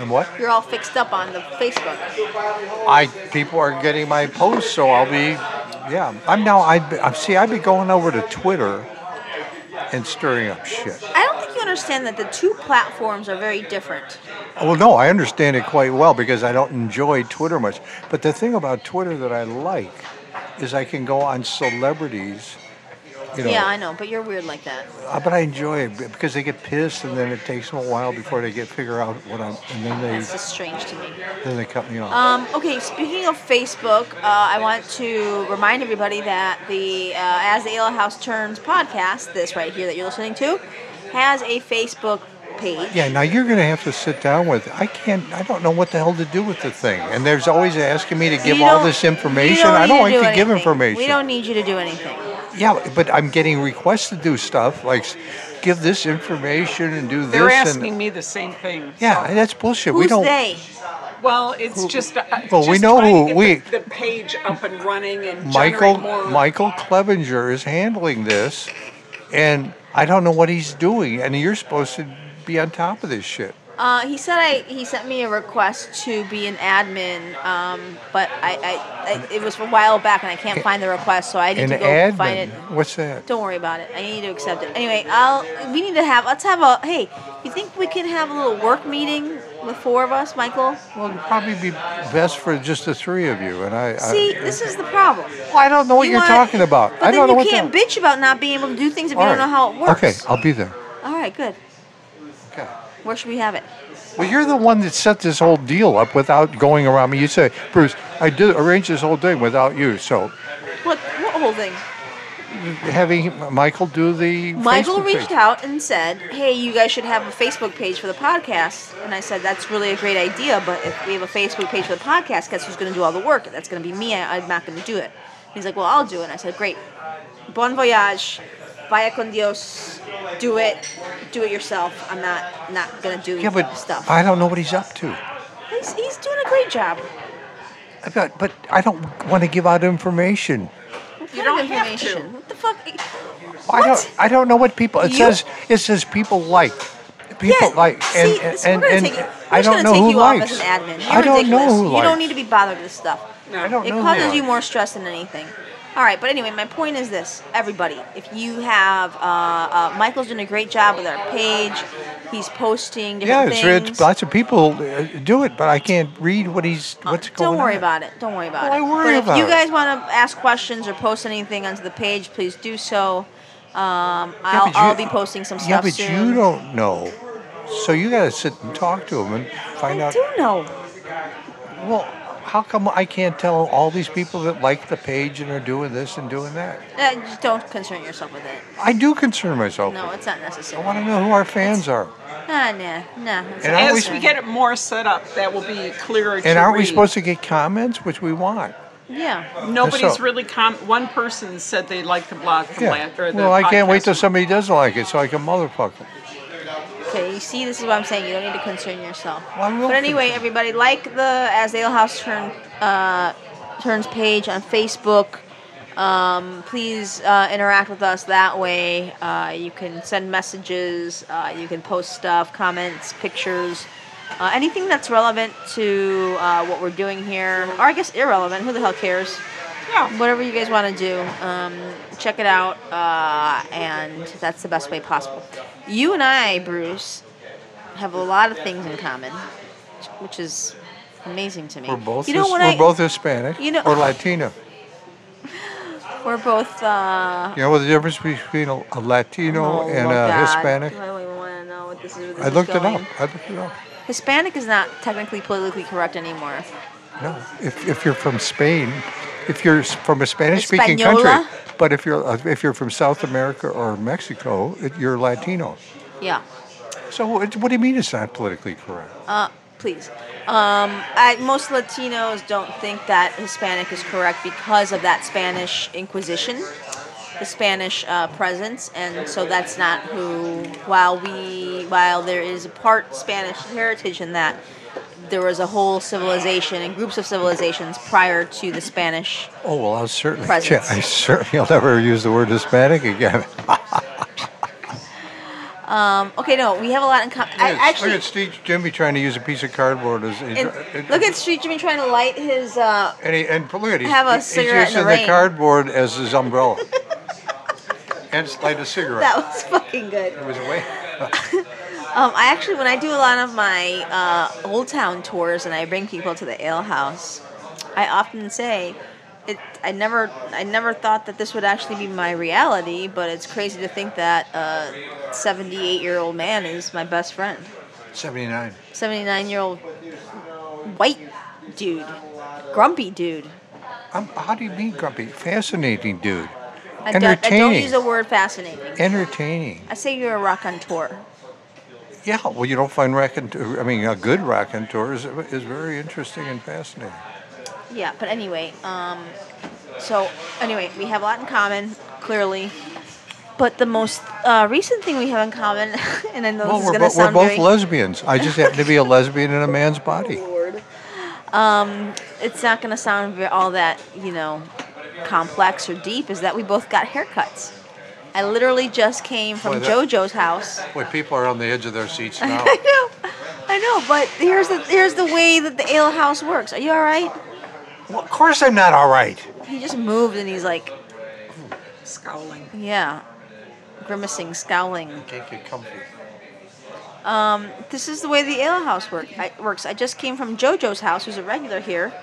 And what? You're all fixed up on the Facebook. I people are getting my posts, so I'll be, yeah. I'm now. I I'm see. I'd be going over to Twitter and stirring up shit. I don't think you understand that the two platforms are very different. Well, no, I understand it quite well because I don't enjoy Twitter much. But the thing about Twitter that I like is I can go on celebrities. You know, Yeah, I know, but you're weird like that. Uh, but I enjoy it b- because they get pissed, and then it takes them a while before they get figure out what I'm, and then That's they just strange to me. then they cut me off. Um, okay, speaking of Facebook, uh, I want to remind everybody that the uh, As the Ale House Turns podcast, this right here that you're listening to, has a Facebook page. Yeah, now you're going to have to sit down with. I can't. I don't know what the hell to do with the thing. And there's always asking me to give You all don't- this you information. need I don't like do to give anything. information. We don't need you to do anything. yeah, but I'm getting requests to do stuff like s- give this information and do They're this. asking and, me the same thing. yeah, and that's bullshit. we Who's don't. they? Well, it's just. Uh, Well, we just know trying to who get we- The, the page up and running and Michael generate more. Michael Clevenger is handling this, and I don't know what he's doing. And you're supposed to be on top of this shit. Uh, he said I. He sent me a request to be an admin, um, but I, I, I it was a while back and I can't find the request, so I need An to go admin. find it. What's that? Don't worry about it. I need to accept it. Anyway, I'll. We need to have. Let's have a. Hey, you think we can have a little work meeting, the four of us, Michael? Well, it'd probably be best for just the three of you. And I See, I, this is the problem. Well, I don't know Uh, what You you are wanna- talking about. But I then don't know you what can't the- bitch about not being able to do things if you All don't know how it right. works. Okay, I'll be there. All right. Good. Okay. Where should we have it? Well, you're the one that set this whole deal up without going around me. You say, Bruce, I did arrange this whole thing without you. So What? What whole thing? having Michael do the Michael Facebook reached page. out and said, "Hey, you guys should have a Facebook page for the podcast." And I said, "That's really a great idea, but if we have a Facebook page for the podcast, guess who's going to do all the work? That's going to be me. I, I'm not going to do it." He's like, "Well, I'll do it." And I said, "Great. Bon voyage. Vaya con Dios. Do it. Do it yourself. I'm not not going to do Yeah, but stuff. I don't know what he's up to. he's, he's doing a great job. I got, but I don't want to give out information. What You kind of don't have information? to. What the fuck? I What? don't. I don't know what people. It You- says. It says people like. People yeah, like. see, And this- and we're gonna and, take, you- and we're I just gonna don't know take who you likes. off as an admin. You're I don't ridiculous. know who you likes. don't need to be bothered with this stuff. No. I don't It know who causes you likes. more stress than anything. All right, but anyway, my point is this: everybody, if you have uh, uh, Michael's doing a great job with our page. He's posting Yeah, different it's, things. it's lots of people uh, do it, but I can't read what he's what's going on. Uh, Don't worry about it. Don't worry about Why it. worry but if about you it? guys want to ask questions or post anything onto the page, please do so. Um, Yeah, I'll, but I'll be you- posting some stuff Yeah, but soon. you don't know, so you got to sit and talk to him and find I out. do know. Well, how come I can't tell all these people that like the page and are doing this and doing that? Uh, just don't concern yourself with it. I do concern myself. No, with it's not it. I necessary. want to know who our fans are, Ah, nah, nah. it's And not I wish- As necessary. we get it more set up, that will be clearer. and to aren't we read. supposed to get comments, which we want? yeah, Nobody's So- really com. One person said they liked the blog from last or the Well, I can't wait till podcast. somebody does like it, so I can motherfuck them. okay. You see, this is what I'm saying. You don't need to concern yourself. Well, I will but anyway, concern- everybody, like the As the Ale House turn uh, turns page on Facebook. Um, please uh, interact with us that way. Uh, you can send messages. Uh, you can post stuff, comments, pictures. Uh, anything that's relevant to uh, what we're doing here, or I guess irrelevant, who the hell cares? Yeah. whatever you guys want to do, um, check it out, uh, and that's the best way possible. You and I, Bruce, have a lot of things in common. which is amazing to me. We're both you know his- what we're I, both Hispanic you know- or Latino. We're both. Uh, You know what the difference between a, a Latino oh, and Lord a God. Hispanic? Do I want to know what this is? Where this I is looked it going? up. I looked it up. Hispanic is not technically politically correct anymore. No, if, if you're from Spain, if you're s- from a Spanish-speaking Española? country, but if you're uh, if you're from South America or Mexico, it, you're Latino. Yeah. So it, what do you mean it's not politically correct? Uh, please. Um, I, most Latinos don't think that Hispanic is correct because of that Spanish Inquisition, the Spanish uh, presence, and so that's not who. While we, while there is a part Spanish heritage in that, there was a whole civilization and groups of civilizations prior to the Spanish. Oh well, I'll certainly. Presence. I certainly will never use the word Hispanic again. Um, okay, no, we have a lot in common. Look at- Actually, look at Steve Jimmy trying to use a piece of cardboard as. he and dri- it- look at Street Jimmy trying to light his. Uh, And, he, and look at he's, Have a he's cigarette in using the the rain. cardboard as his umbrella. and it's like a cigarette. that was fucking good. it was away. Um, I actually, when I do a lot of my uh, old town tours and I bring people to the ale house, I often say, it, I never, I never thought that this would actually be my reality, but it's crazy to think that a 78 year old man is my best friend. 79. 79 year old white dude, grumpy dude. Um, how do you mean grumpy? Fascinating I dude. don't, I don't Entertaining. use the word fascinating. Entertaining. I say you're a rock on tour. Yeah, well, you don't find raconteur, I mean, a good raconteur is, is very interesting and fascinating. Yeah, but anyway, um, so anyway, we have a lot in common, clearly. But the most uh, recent thing we have in common, and I know well, this is going we're, to bo- we're sound both very lesbians. I just happen to be a lesbian in a man's body. um, it's not going to sound ve- all that you know complex or deep. Is that we both got haircuts? I literally just came from Boy, that- JoJo's house. Boy, people are on the edge of their seats now. I know, I know. But here's the here's the way that the ale house works. Are you all right? well, of course I'm not all right. He just moved and he's like, Scowling. yeah, grimacing, scowling. Can't get comfy. Um, this is the way the ale house work, I, works. I just came from JoJo's house, who's a regular here,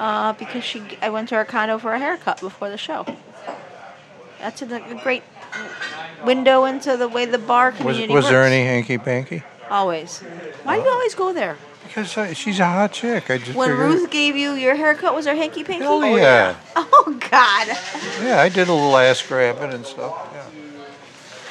uh, because she I went to her condo for a haircut before the show. That's a, a great window into the way the bar Was, community was there works. any hanky panky? Always. Why do you always go there? Because uh, she's a hot chick. I just When figured. Ruth gave you your haircut, was her hanky panky? Hell yeah. Oh God! Yeah, I did a little ass grabbing and stuff. Yeah.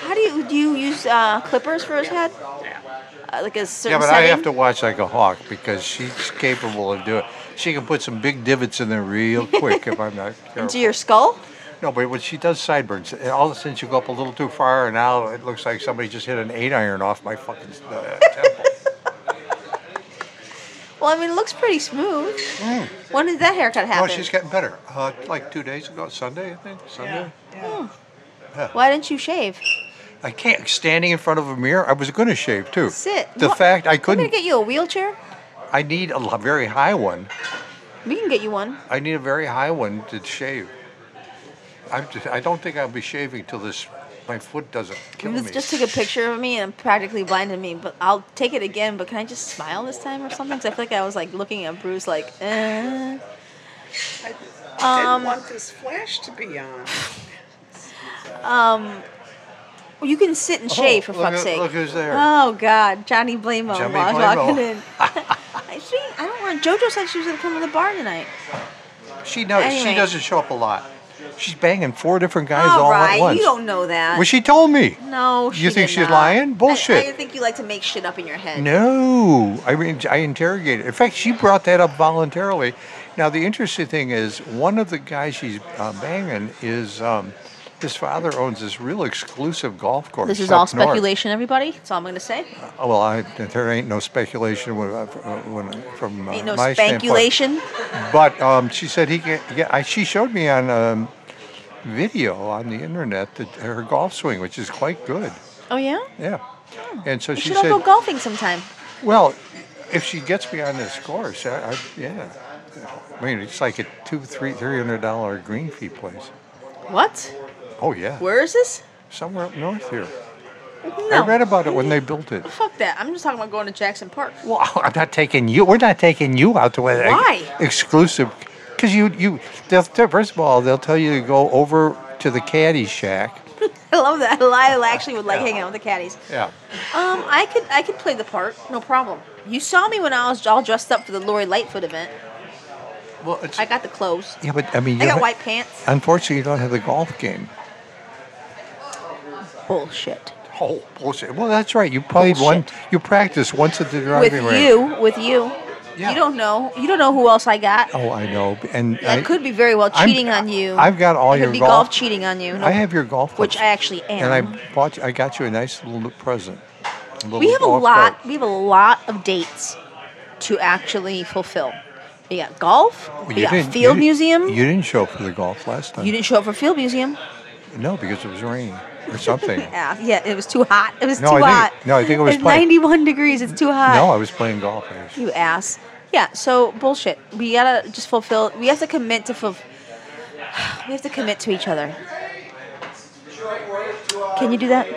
How do you do? You use uh, clippers for his head? Uh, like a certain Yeah, but I setting? have to watch like a hawk because she's capable of doing. She can put some big divots in there real quick if I'm not into careful. your skull. No, but when she does sideburns, and all of a sudden you go up a little too far, and now it looks like somebody just hit an eight iron off my fucking uh, temple. Well, I mean, it looks pretty smooth. When did that haircut Oh, happen? Mm. she's getting better. Uh, like two days ago, Sunday I think. Sunday. Why didn't you shave? I can't. Standing in front of a mirror, I was going to shave too. Sit. The What- fact I I'm gonna couldn't. get you a wheelchair. I need a l- very high one. We can get you one. I need a very high one to shave. I'm just, I don't think I'll be shaving till this my foot doesn't kill Just, me. just took a picture of me and practically blinded me, but I'll take it again. But can I just smile this time or something? 'Cause I feel like I was like looking at Bruce like, eh. I didn't Um, want this flash to be on. Well, you can sit and shave for Oh, look fuck's who- sake. look who's there. Oh God, Johnny Blamo Johnny was Blamo. walking in. I see. I don't want. JoJo said she was gonna come to the bar tonight. She knows anyway. she doesn't show up a lot. She's banging four different guys all, All at right, once. you don't know that. Well, she told me. no, she You think did she's not. lying? I- Bullshit. I, think you like to make shit up in your head. No, I mean I interrogated. In fact, she brought that up voluntarily. Now the interesting thing is, one of the guys she's uh, banging is um, his father owns this real exclusive golf course. This is all up north. speculation, everybody. That's all I'm gonna say. Oh, Well, I, there ain't no speculation when, uh, when, from uh, Ain't no my standpoint. speculation. But um, she said he can. Yeah, I, she showed me on um, video on the internet that her golf swing, which is quite good. Oh yeah. Yeah. And so Hmm. You she should all said, go golfing sometime. well, if she gets me on this course, I, I, yeah. I mean, it's like a two, three, three hundred dollar green fee place. What? Oh yeah, Where is this? somewhere up north here. No. Hmm. I read about it when they built it. Fuck that. I'm just talking about going to Jackson Park. Well, I'm not taking you. We're not taking you out to an Why? exclusive. Because you, you, they'll, they'll- first of all, they'll tell you to go over to the caddy shack. I love that. Lyle actually would like hanging out with the caddies. Yeah. Um, I could I could play the part, no problem. You saw me when I was all dressed up for the Lori Lightfoot event. Well, it's. I got the clothes. yeah, but I mean, you I got don't- white pants. Unfortunately, you don't have the golf game. Bullshit. Oh bullshit! Well, that's right. You played one. You practiced once at the With driving range. you, with you. Yeah. You don't know. You don't know who else I got. Oh, I know. And That I, could be very well I'm- cheating on you. I've got all That could your be golf- golf cheating on you. No- I have your golf. which clubs. I actually am. And I bought. You, I got you a nice little present. A little we have a golf lot. cart. We have a lot of dates to actually fulfill. We got golf. Well, we got didn't- field didn't- museum. You didn't show up for the golf last time. you didn't show up for field museum. No, because it was raining or something. Yeah, Ah, yeah, it was too hot. It was No, too I think- hot. no, I think it was It's plenty- 91 degrees. It's too hot. no, I was playing golf. I was- You ass. Yeah, so bullshit. We gotta just fulfill. We have to commit to. Fulf- we have to commit to each other. Can you do that?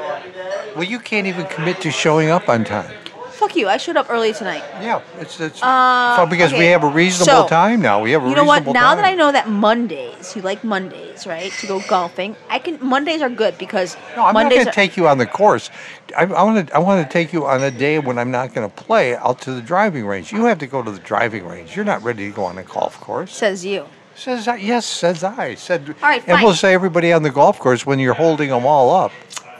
Well, you can't even commit to showing up on time. Fuck you. I showed up early tonight. Yeah, it's it's Uh, well, because we okay. have a reasonable So, time now. We have a You know what? reasonable Now that I time. know that Mondays, you like Mondays, right? To go golfing, I can. Mondays are good because No, I'm Mondays. not going to are- take you on the course. I want to. I want to take you on a day when I'm not going to play out to the driving range. You have to go to the driving range. You're not ready to go on a golf course. says you. Says I, yes. Says I. Said. All right, And we'll fine. say everybody on the golf course when you're holding them all up.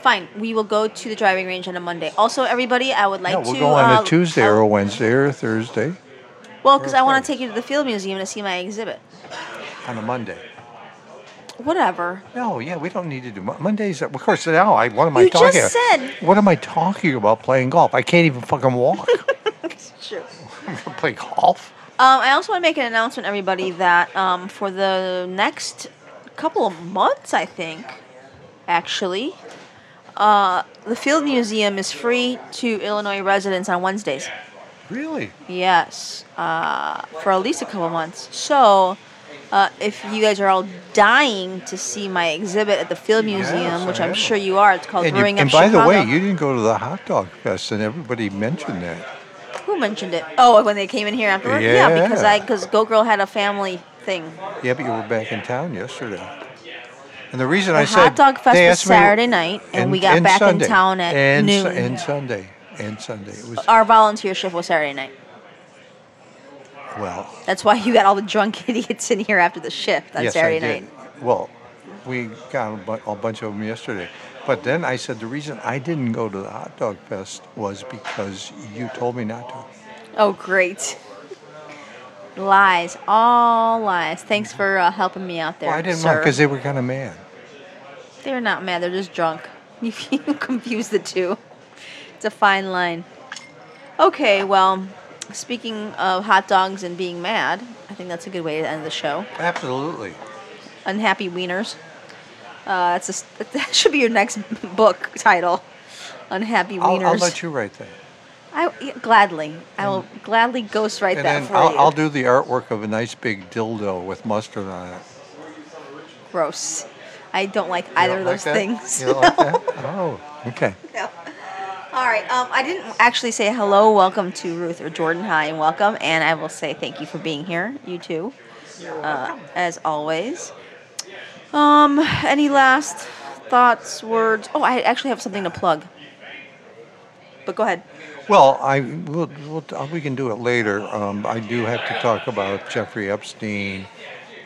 Fine, we will go to the driving range on a Monday. Also, everybody, I would like no, we'll to. go on uh, a Tuesday or uh, a Wednesday or a Thursday Well, because I want to Friday. take you to the Field Museum to see my exhibit. on a Monday. Whatever. No, yeah, we don't need to do Mon- Mondays. Of course, now I. What am I You talking? just said- What am I talking about? Playing golf? I can't even fucking walk. I'm gonna play golf. Um, I also want to make an announcement, everybody, that um, for the next couple of months, I think, actually, uh, the Field Museum is free to Illinois residents on Wednesdays. Really? Yes, uh, for at least a couple months. So, uh, if you guys are all dying to see my exhibit at the Field Yes, Museum, which I I'm am. sure you are, it's called And, you, Brewing and Up by the Chicago. way, you didn't go to the hot dog fest, and everybody mentioned that. Who mentioned it? Oh, when they came in here afterwards. yeah because Yeah. I because Go Girl had a family thing. Yeah, but you were back in town yesterday. And the reason The I hot said dog fest they was asked me- Saturday night, and we got back in Sunday. town at and, Su- noon. And Sunday, and Sunday it was Our volunteer shift was Saturday night. well. That's why you got all the drunk idiots in here after the shift on yes, Saturday I did. night. Well, we got a, bu- a bunch of them yesterday. But then I said the reason I didn't go to the hot dog fest was because you told me not to. Oh, great. Lies, all lies. Thanks for uh, helping me out there. Well, I didn't sir. because they were kind of mad. They're not mad. They're just drunk. You can confuse the two. It's a fine line. Okay, well, speaking of hot dogs and being mad, I think that's a good way to end the show. Absolutely. Unhappy wieners. Uh, that's a, s- that should be your next book title. Unhappy wieners. I'll, I'll let you write that. I, yeah, gladly. I will gladly ghostwrite And that then for I'll, you. I'll do the artwork of a nice big dildo with mustard on it. Gross. I don't like You either of don't like those that? things. You don't like that? Oh, okay. No. All right. Um, I didn't actually say hello, welcome to Ruth or Jordan. Hi and welcome. And I will say thank you for being here, you two, uh, as always. Um, any last thoughts, words? Oh, I actually have something to plug. But go ahead. Well, I we'll, we'll, we can do it later. Um, I do have to talk about Jeffrey Epstein,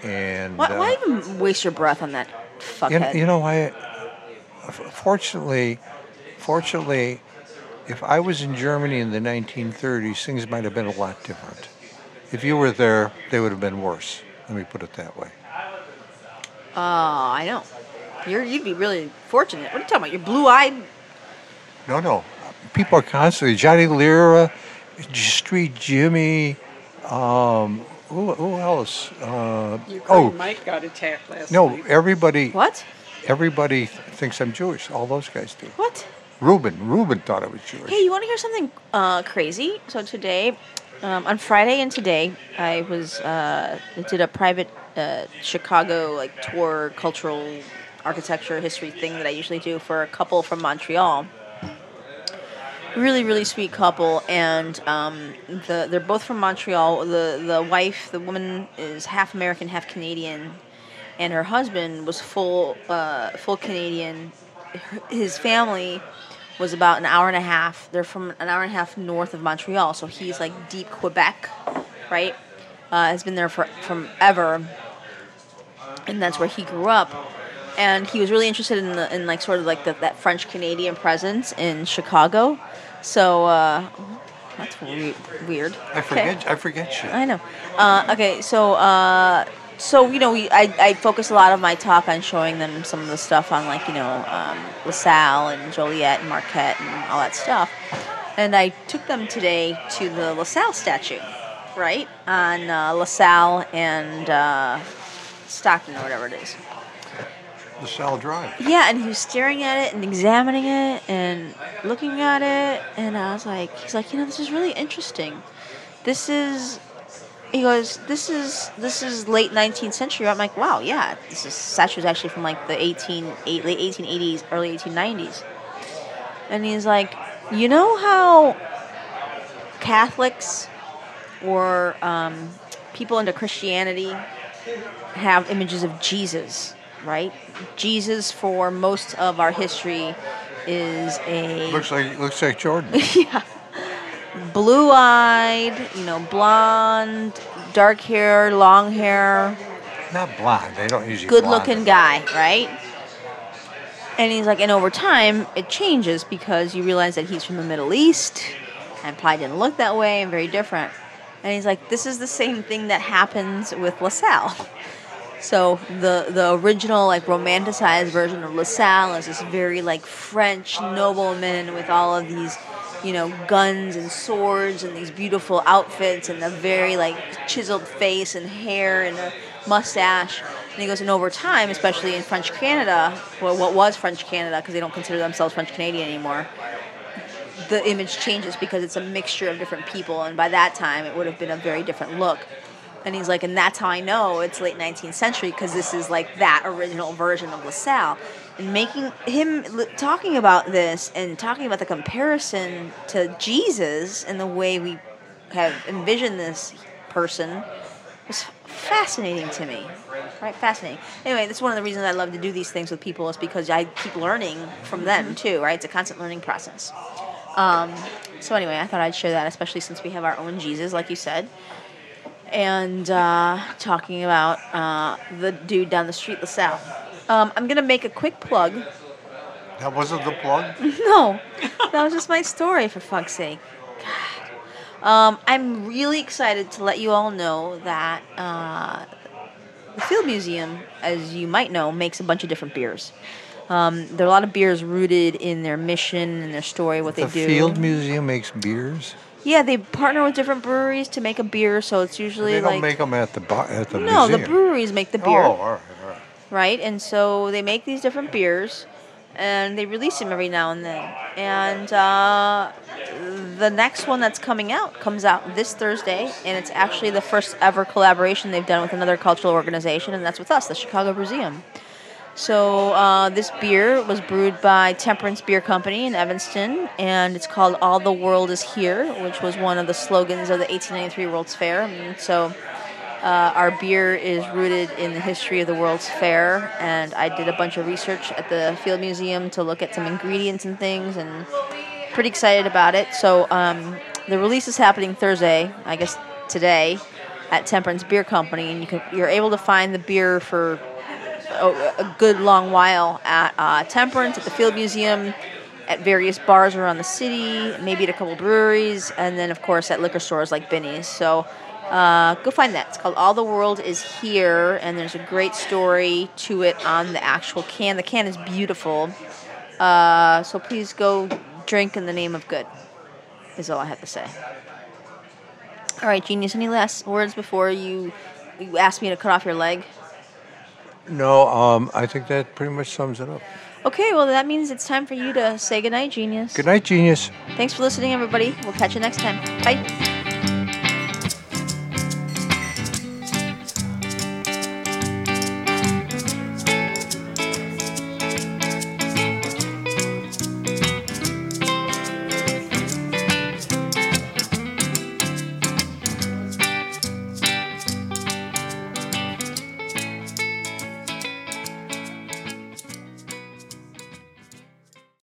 and Why, uh, why even waste your breath on that you, fuckhead? you know, I f- fortunately, fortunately, if I was in Germany in the 1930s, things might have been a lot different. If you were there, they would have been worse. Let me put it that way. oh, I know. You're, you'd be really fortunate. What are you talking about? You're blue-eyed. No, no. People are constantly Johnny Lira, J- Street Jimmy. Um, who, who else? Uh, Ukraine oh, Mike got attacked last no. night. Everybody. What? Everybody th- thinks I'm Jewish. All those guys do. What? Reuben. Reuben thought I was Jewish. Hey, you want to hear something uh, crazy? So today, um, on Friday and today, I was uh, I did a private uh, Chicago like tour, cultural, architecture, history thing that I usually do for a couple from Montreal. really really sweet couple and um, the, they're both from montreal the, the wife the woman is half american half canadian and her husband was full uh, full canadian Her- his family was about an hour and a half they're from an hour and a half north of montreal so he's like deep quebec right uh, has been there for from ever and that's where he grew up. And he was really interested in the in like sort of like the, that French Canadian presence in Chicago. So uh, that's we- weird. I forget. I forget shit. I know. Uh, okay, so uh, so you know, we I, I focus a lot of my talk on showing them some of the stuff on like you know um, LaSalle and Joliet and Marquette and all that stuff. And I took them today to the LaSalle statue, right on uh, LaSalle and uh, Stockton or whatever it is. LaSalle Drive. Yeah, and he was staring at it and examining it and looking at it, and I was like, he's like, you know, this is really interesting. This is, he goes, this is this is late 19th century. I'm like, wow, yeah, this is statue's actually from like the 18 eight, late 1880s, early 1890s, and he's like, you know how Catholics or um, people into Christianity have images of Jesus, right? Jesus for most of our history is a Looks like looks like Jordan. blue-eyed, you know, blonde, dark hair, long hair, Not blonde. They don't usually. good-looking blonde. guy, right? And he's like, and over time it changes because you realize that he's from the Middle East and probably didn't look that way and very different. And he's like, this is the same thing that happens with LaSalle. So the the original like romanticized version of LaSalle is this very like French nobleman with all of these, you know, guns and swords and these beautiful outfits and the very like chiseled face and hair and a mustache. And he goes, and over time, especially in French Canada, well, what was French Canada because they don't consider themselves French Canadian anymore. The image changes because it's a mixture of different people, and by that time, it would have been a very different look. And he's like, and that's how I know it's late 19th century because this is like that original version of LaSalle. And making him l- talking about this and talking about the comparison to Jesus and the way we have envisioned this person was fascinating to me. Right? Fascinating. Anyway, that's one of the reasons I love to do these things with people is because I keep learning from them too, right? It's a constant learning process. Um, so, anyway, I thought I'd share that, especially since we have our own Jesus, like you said and uh, talking about uh, the dude down the street, LaSalle. Um, I'm gonna make a quick plug. That wasn't the blonde. No, that was just my story for fuck's sake. God. Um, I'm really excited to let you all know that uh, the Field Museum, as you might know, makes a bunch of different beers. Um, there are a lot of beers rooted in their mission and their story, what they the do. Field Museum makes beers. yeah, they partner with different breweries to make a beer, so it's usually They don't like make them at the bar, at the no, museum. the breweries make the beer. Oh, all right, all right. right? And so they make these different beers, and they release them every now and then. And uh, the next one that's coming out comes out this Thursday, and it's actually the first ever collaboration they've done with another cultural organization, and that's with us, the Chicago Museum. So uh, this beer was brewed by Temperance Beer Company in Evanston, and it's called "All the World Is Here," which was one of the slogans of the 1893 World's Fair. And so uh, our beer is rooted in the history of the World's Fair, and I did a bunch of research at the Field Museum to look at some ingredients and things, and pretty excited about it. So um, the release is happening Thursday, I guess today, at Temperance Beer Company, and you can, you're able to find the beer for a, a good long while at uh, Temperance, at the Field Museum, at various bars around the city, maybe at a couple breweries, and then of course at liquor stores like Binny's. So uh, go find that. It's called All the World Is Here, and there's a great story to it on the actual can. The can is beautiful. Uh, so please go drink in the name of good, is all I have to say. All right, genius. Any last words before you you ask me to cut off your leg? No, um, I think that pretty much sums it up. Okay, well, that means it's time for you to say goodnight, genius. Good night, genius. Thanks for listening, everybody. We'll catch you next time. Bye.